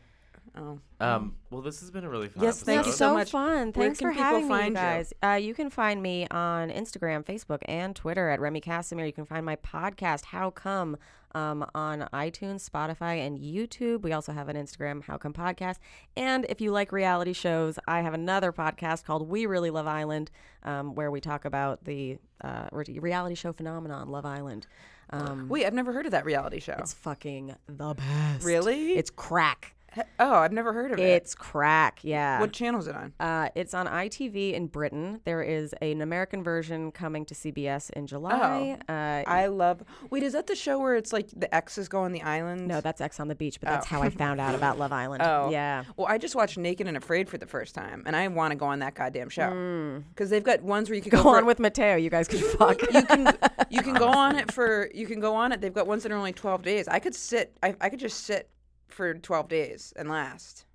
Speaker 3: Oh.
Speaker 2: Um. Well, this has been a really fun.
Speaker 3: Yes,
Speaker 4: Mm. Thank
Speaker 2: episode.
Speaker 4: you
Speaker 3: so
Speaker 4: so
Speaker 3: much.
Speaker 4: fun. Thanks
Speaker 3: can
Speaker 4: for
Speaker 3: people
Speaker 4: having me, you
Speaker 3: find you?
Speaker 4: guys. Uh, you can find me on Instagram, Facebook, and Twitter at Remy Casimir. You can find my podcast, How Come, um, on iTunes, Spotify, and YouTube. We also have an Instagram, How Come Podcast. And if you like reality shows, I have another podcast called We Really Love Island, um, where we talk about the uh, re- reality show phenomenon, Love Island. Um,
Speaker 3: Wait, I've never heard of that reality show.
Speaker 4: it's fucking the best.
Speaker 3: really?
Speaker 4: It's crack.
Speaker 3: oh, I've never heard of it.
Speaker 4: It's crack. Yeah.
Speaker 3: What channel is it on?
Speaker 4: Uh, it's on ITV in Britain. There is an American version coming to CBS in July. Uh,
Speaker 3: Oh. I love. Wait, is that the show where it's like the exes go on the island?
Speaker 4: no, that's X on the Beach, but that's how I found out about Love Island.
Speaker 3: Oh.
Speaker 4: Yeah.
Speaker 3: Well, I just watched Naked and Afraid for the first time, and I want to go on that goddamn show because they've got ones where you can Hmm. go,
Speaker 4: Go
Speaker 3: for-
Speaker 4: on with Mateo. You guys can fuck.
Speaker 3: you can you can go on it for you can go on it. They've got ones that are only twelve days. I could sit. I, I could just sit for twelve days and last.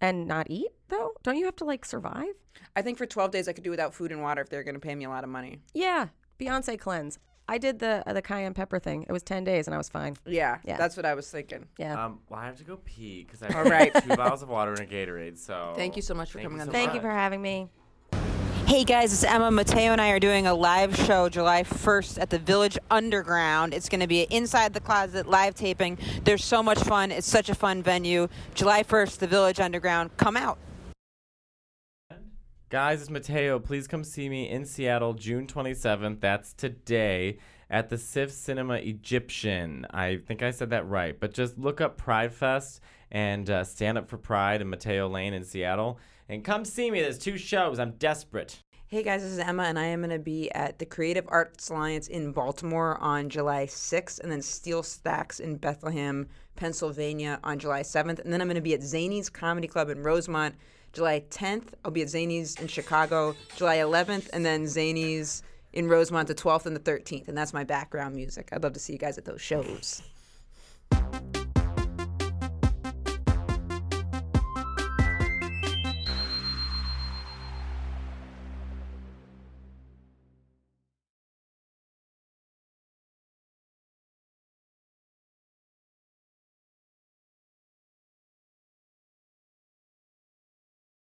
Speaker 4: and not eat, though? Don't you have to, like, survive?
Speaker 3: I think for twelve days I could do without food and water if they're going to pay me a lot of money.
Speaker 4: Yeah. Beyonce cleanse. I did the uh, the cayenne pepper thing. It was 10 days and I was fine.
Speaker 3: Yeah,
Speaker 4: Yeah.
Speaker 3: that's what I was thinking.
Speaker 4: Yeah.
Speaker 2: Um. Well, I have to go pee because I
Speaker 3: All
Speaker 2: have
Speaker 3: right.
Speaker 2: two bottles of water and a Gatorade. So.
Speaker 1: Thank you so much for coming on the
Speaker 4: Thank you for having me.
Speaker 8: Hey guys, it's Emma. Mateo and I are doing a live show July 1st at the Village Underground. It's going to be an Inside the Closet live taping. There's so much fun. It's such a fun venue. July 1st, the Village Underground. Come out.
Speaker 2: Guys, it's Mateo. Please come see me in Seattle, June 27th. That's today at the SIF Cinema Egyptian. I think I said that right, but just look up Pride Fest and uh, Stand Up for Pride in Mateo Lane in Seattle. And come see me. There's two shows. I'm desperate.
Speaker 1: Hey guys, this is Emma, and I am going to be at the Creative Arts Alliance in Baltimore on July 6th, and then Steel Stacks in Bethlehem, Pennsylvania on July 7th. And then I'm going to be at Zany's Comedy Club in Rosemont July 10th. I'll be at Zany's in Chicago July 11th, and then Zany's in Rosemont the 12th and the 13th. And that's my background music. I'd love to see you guys at those shows.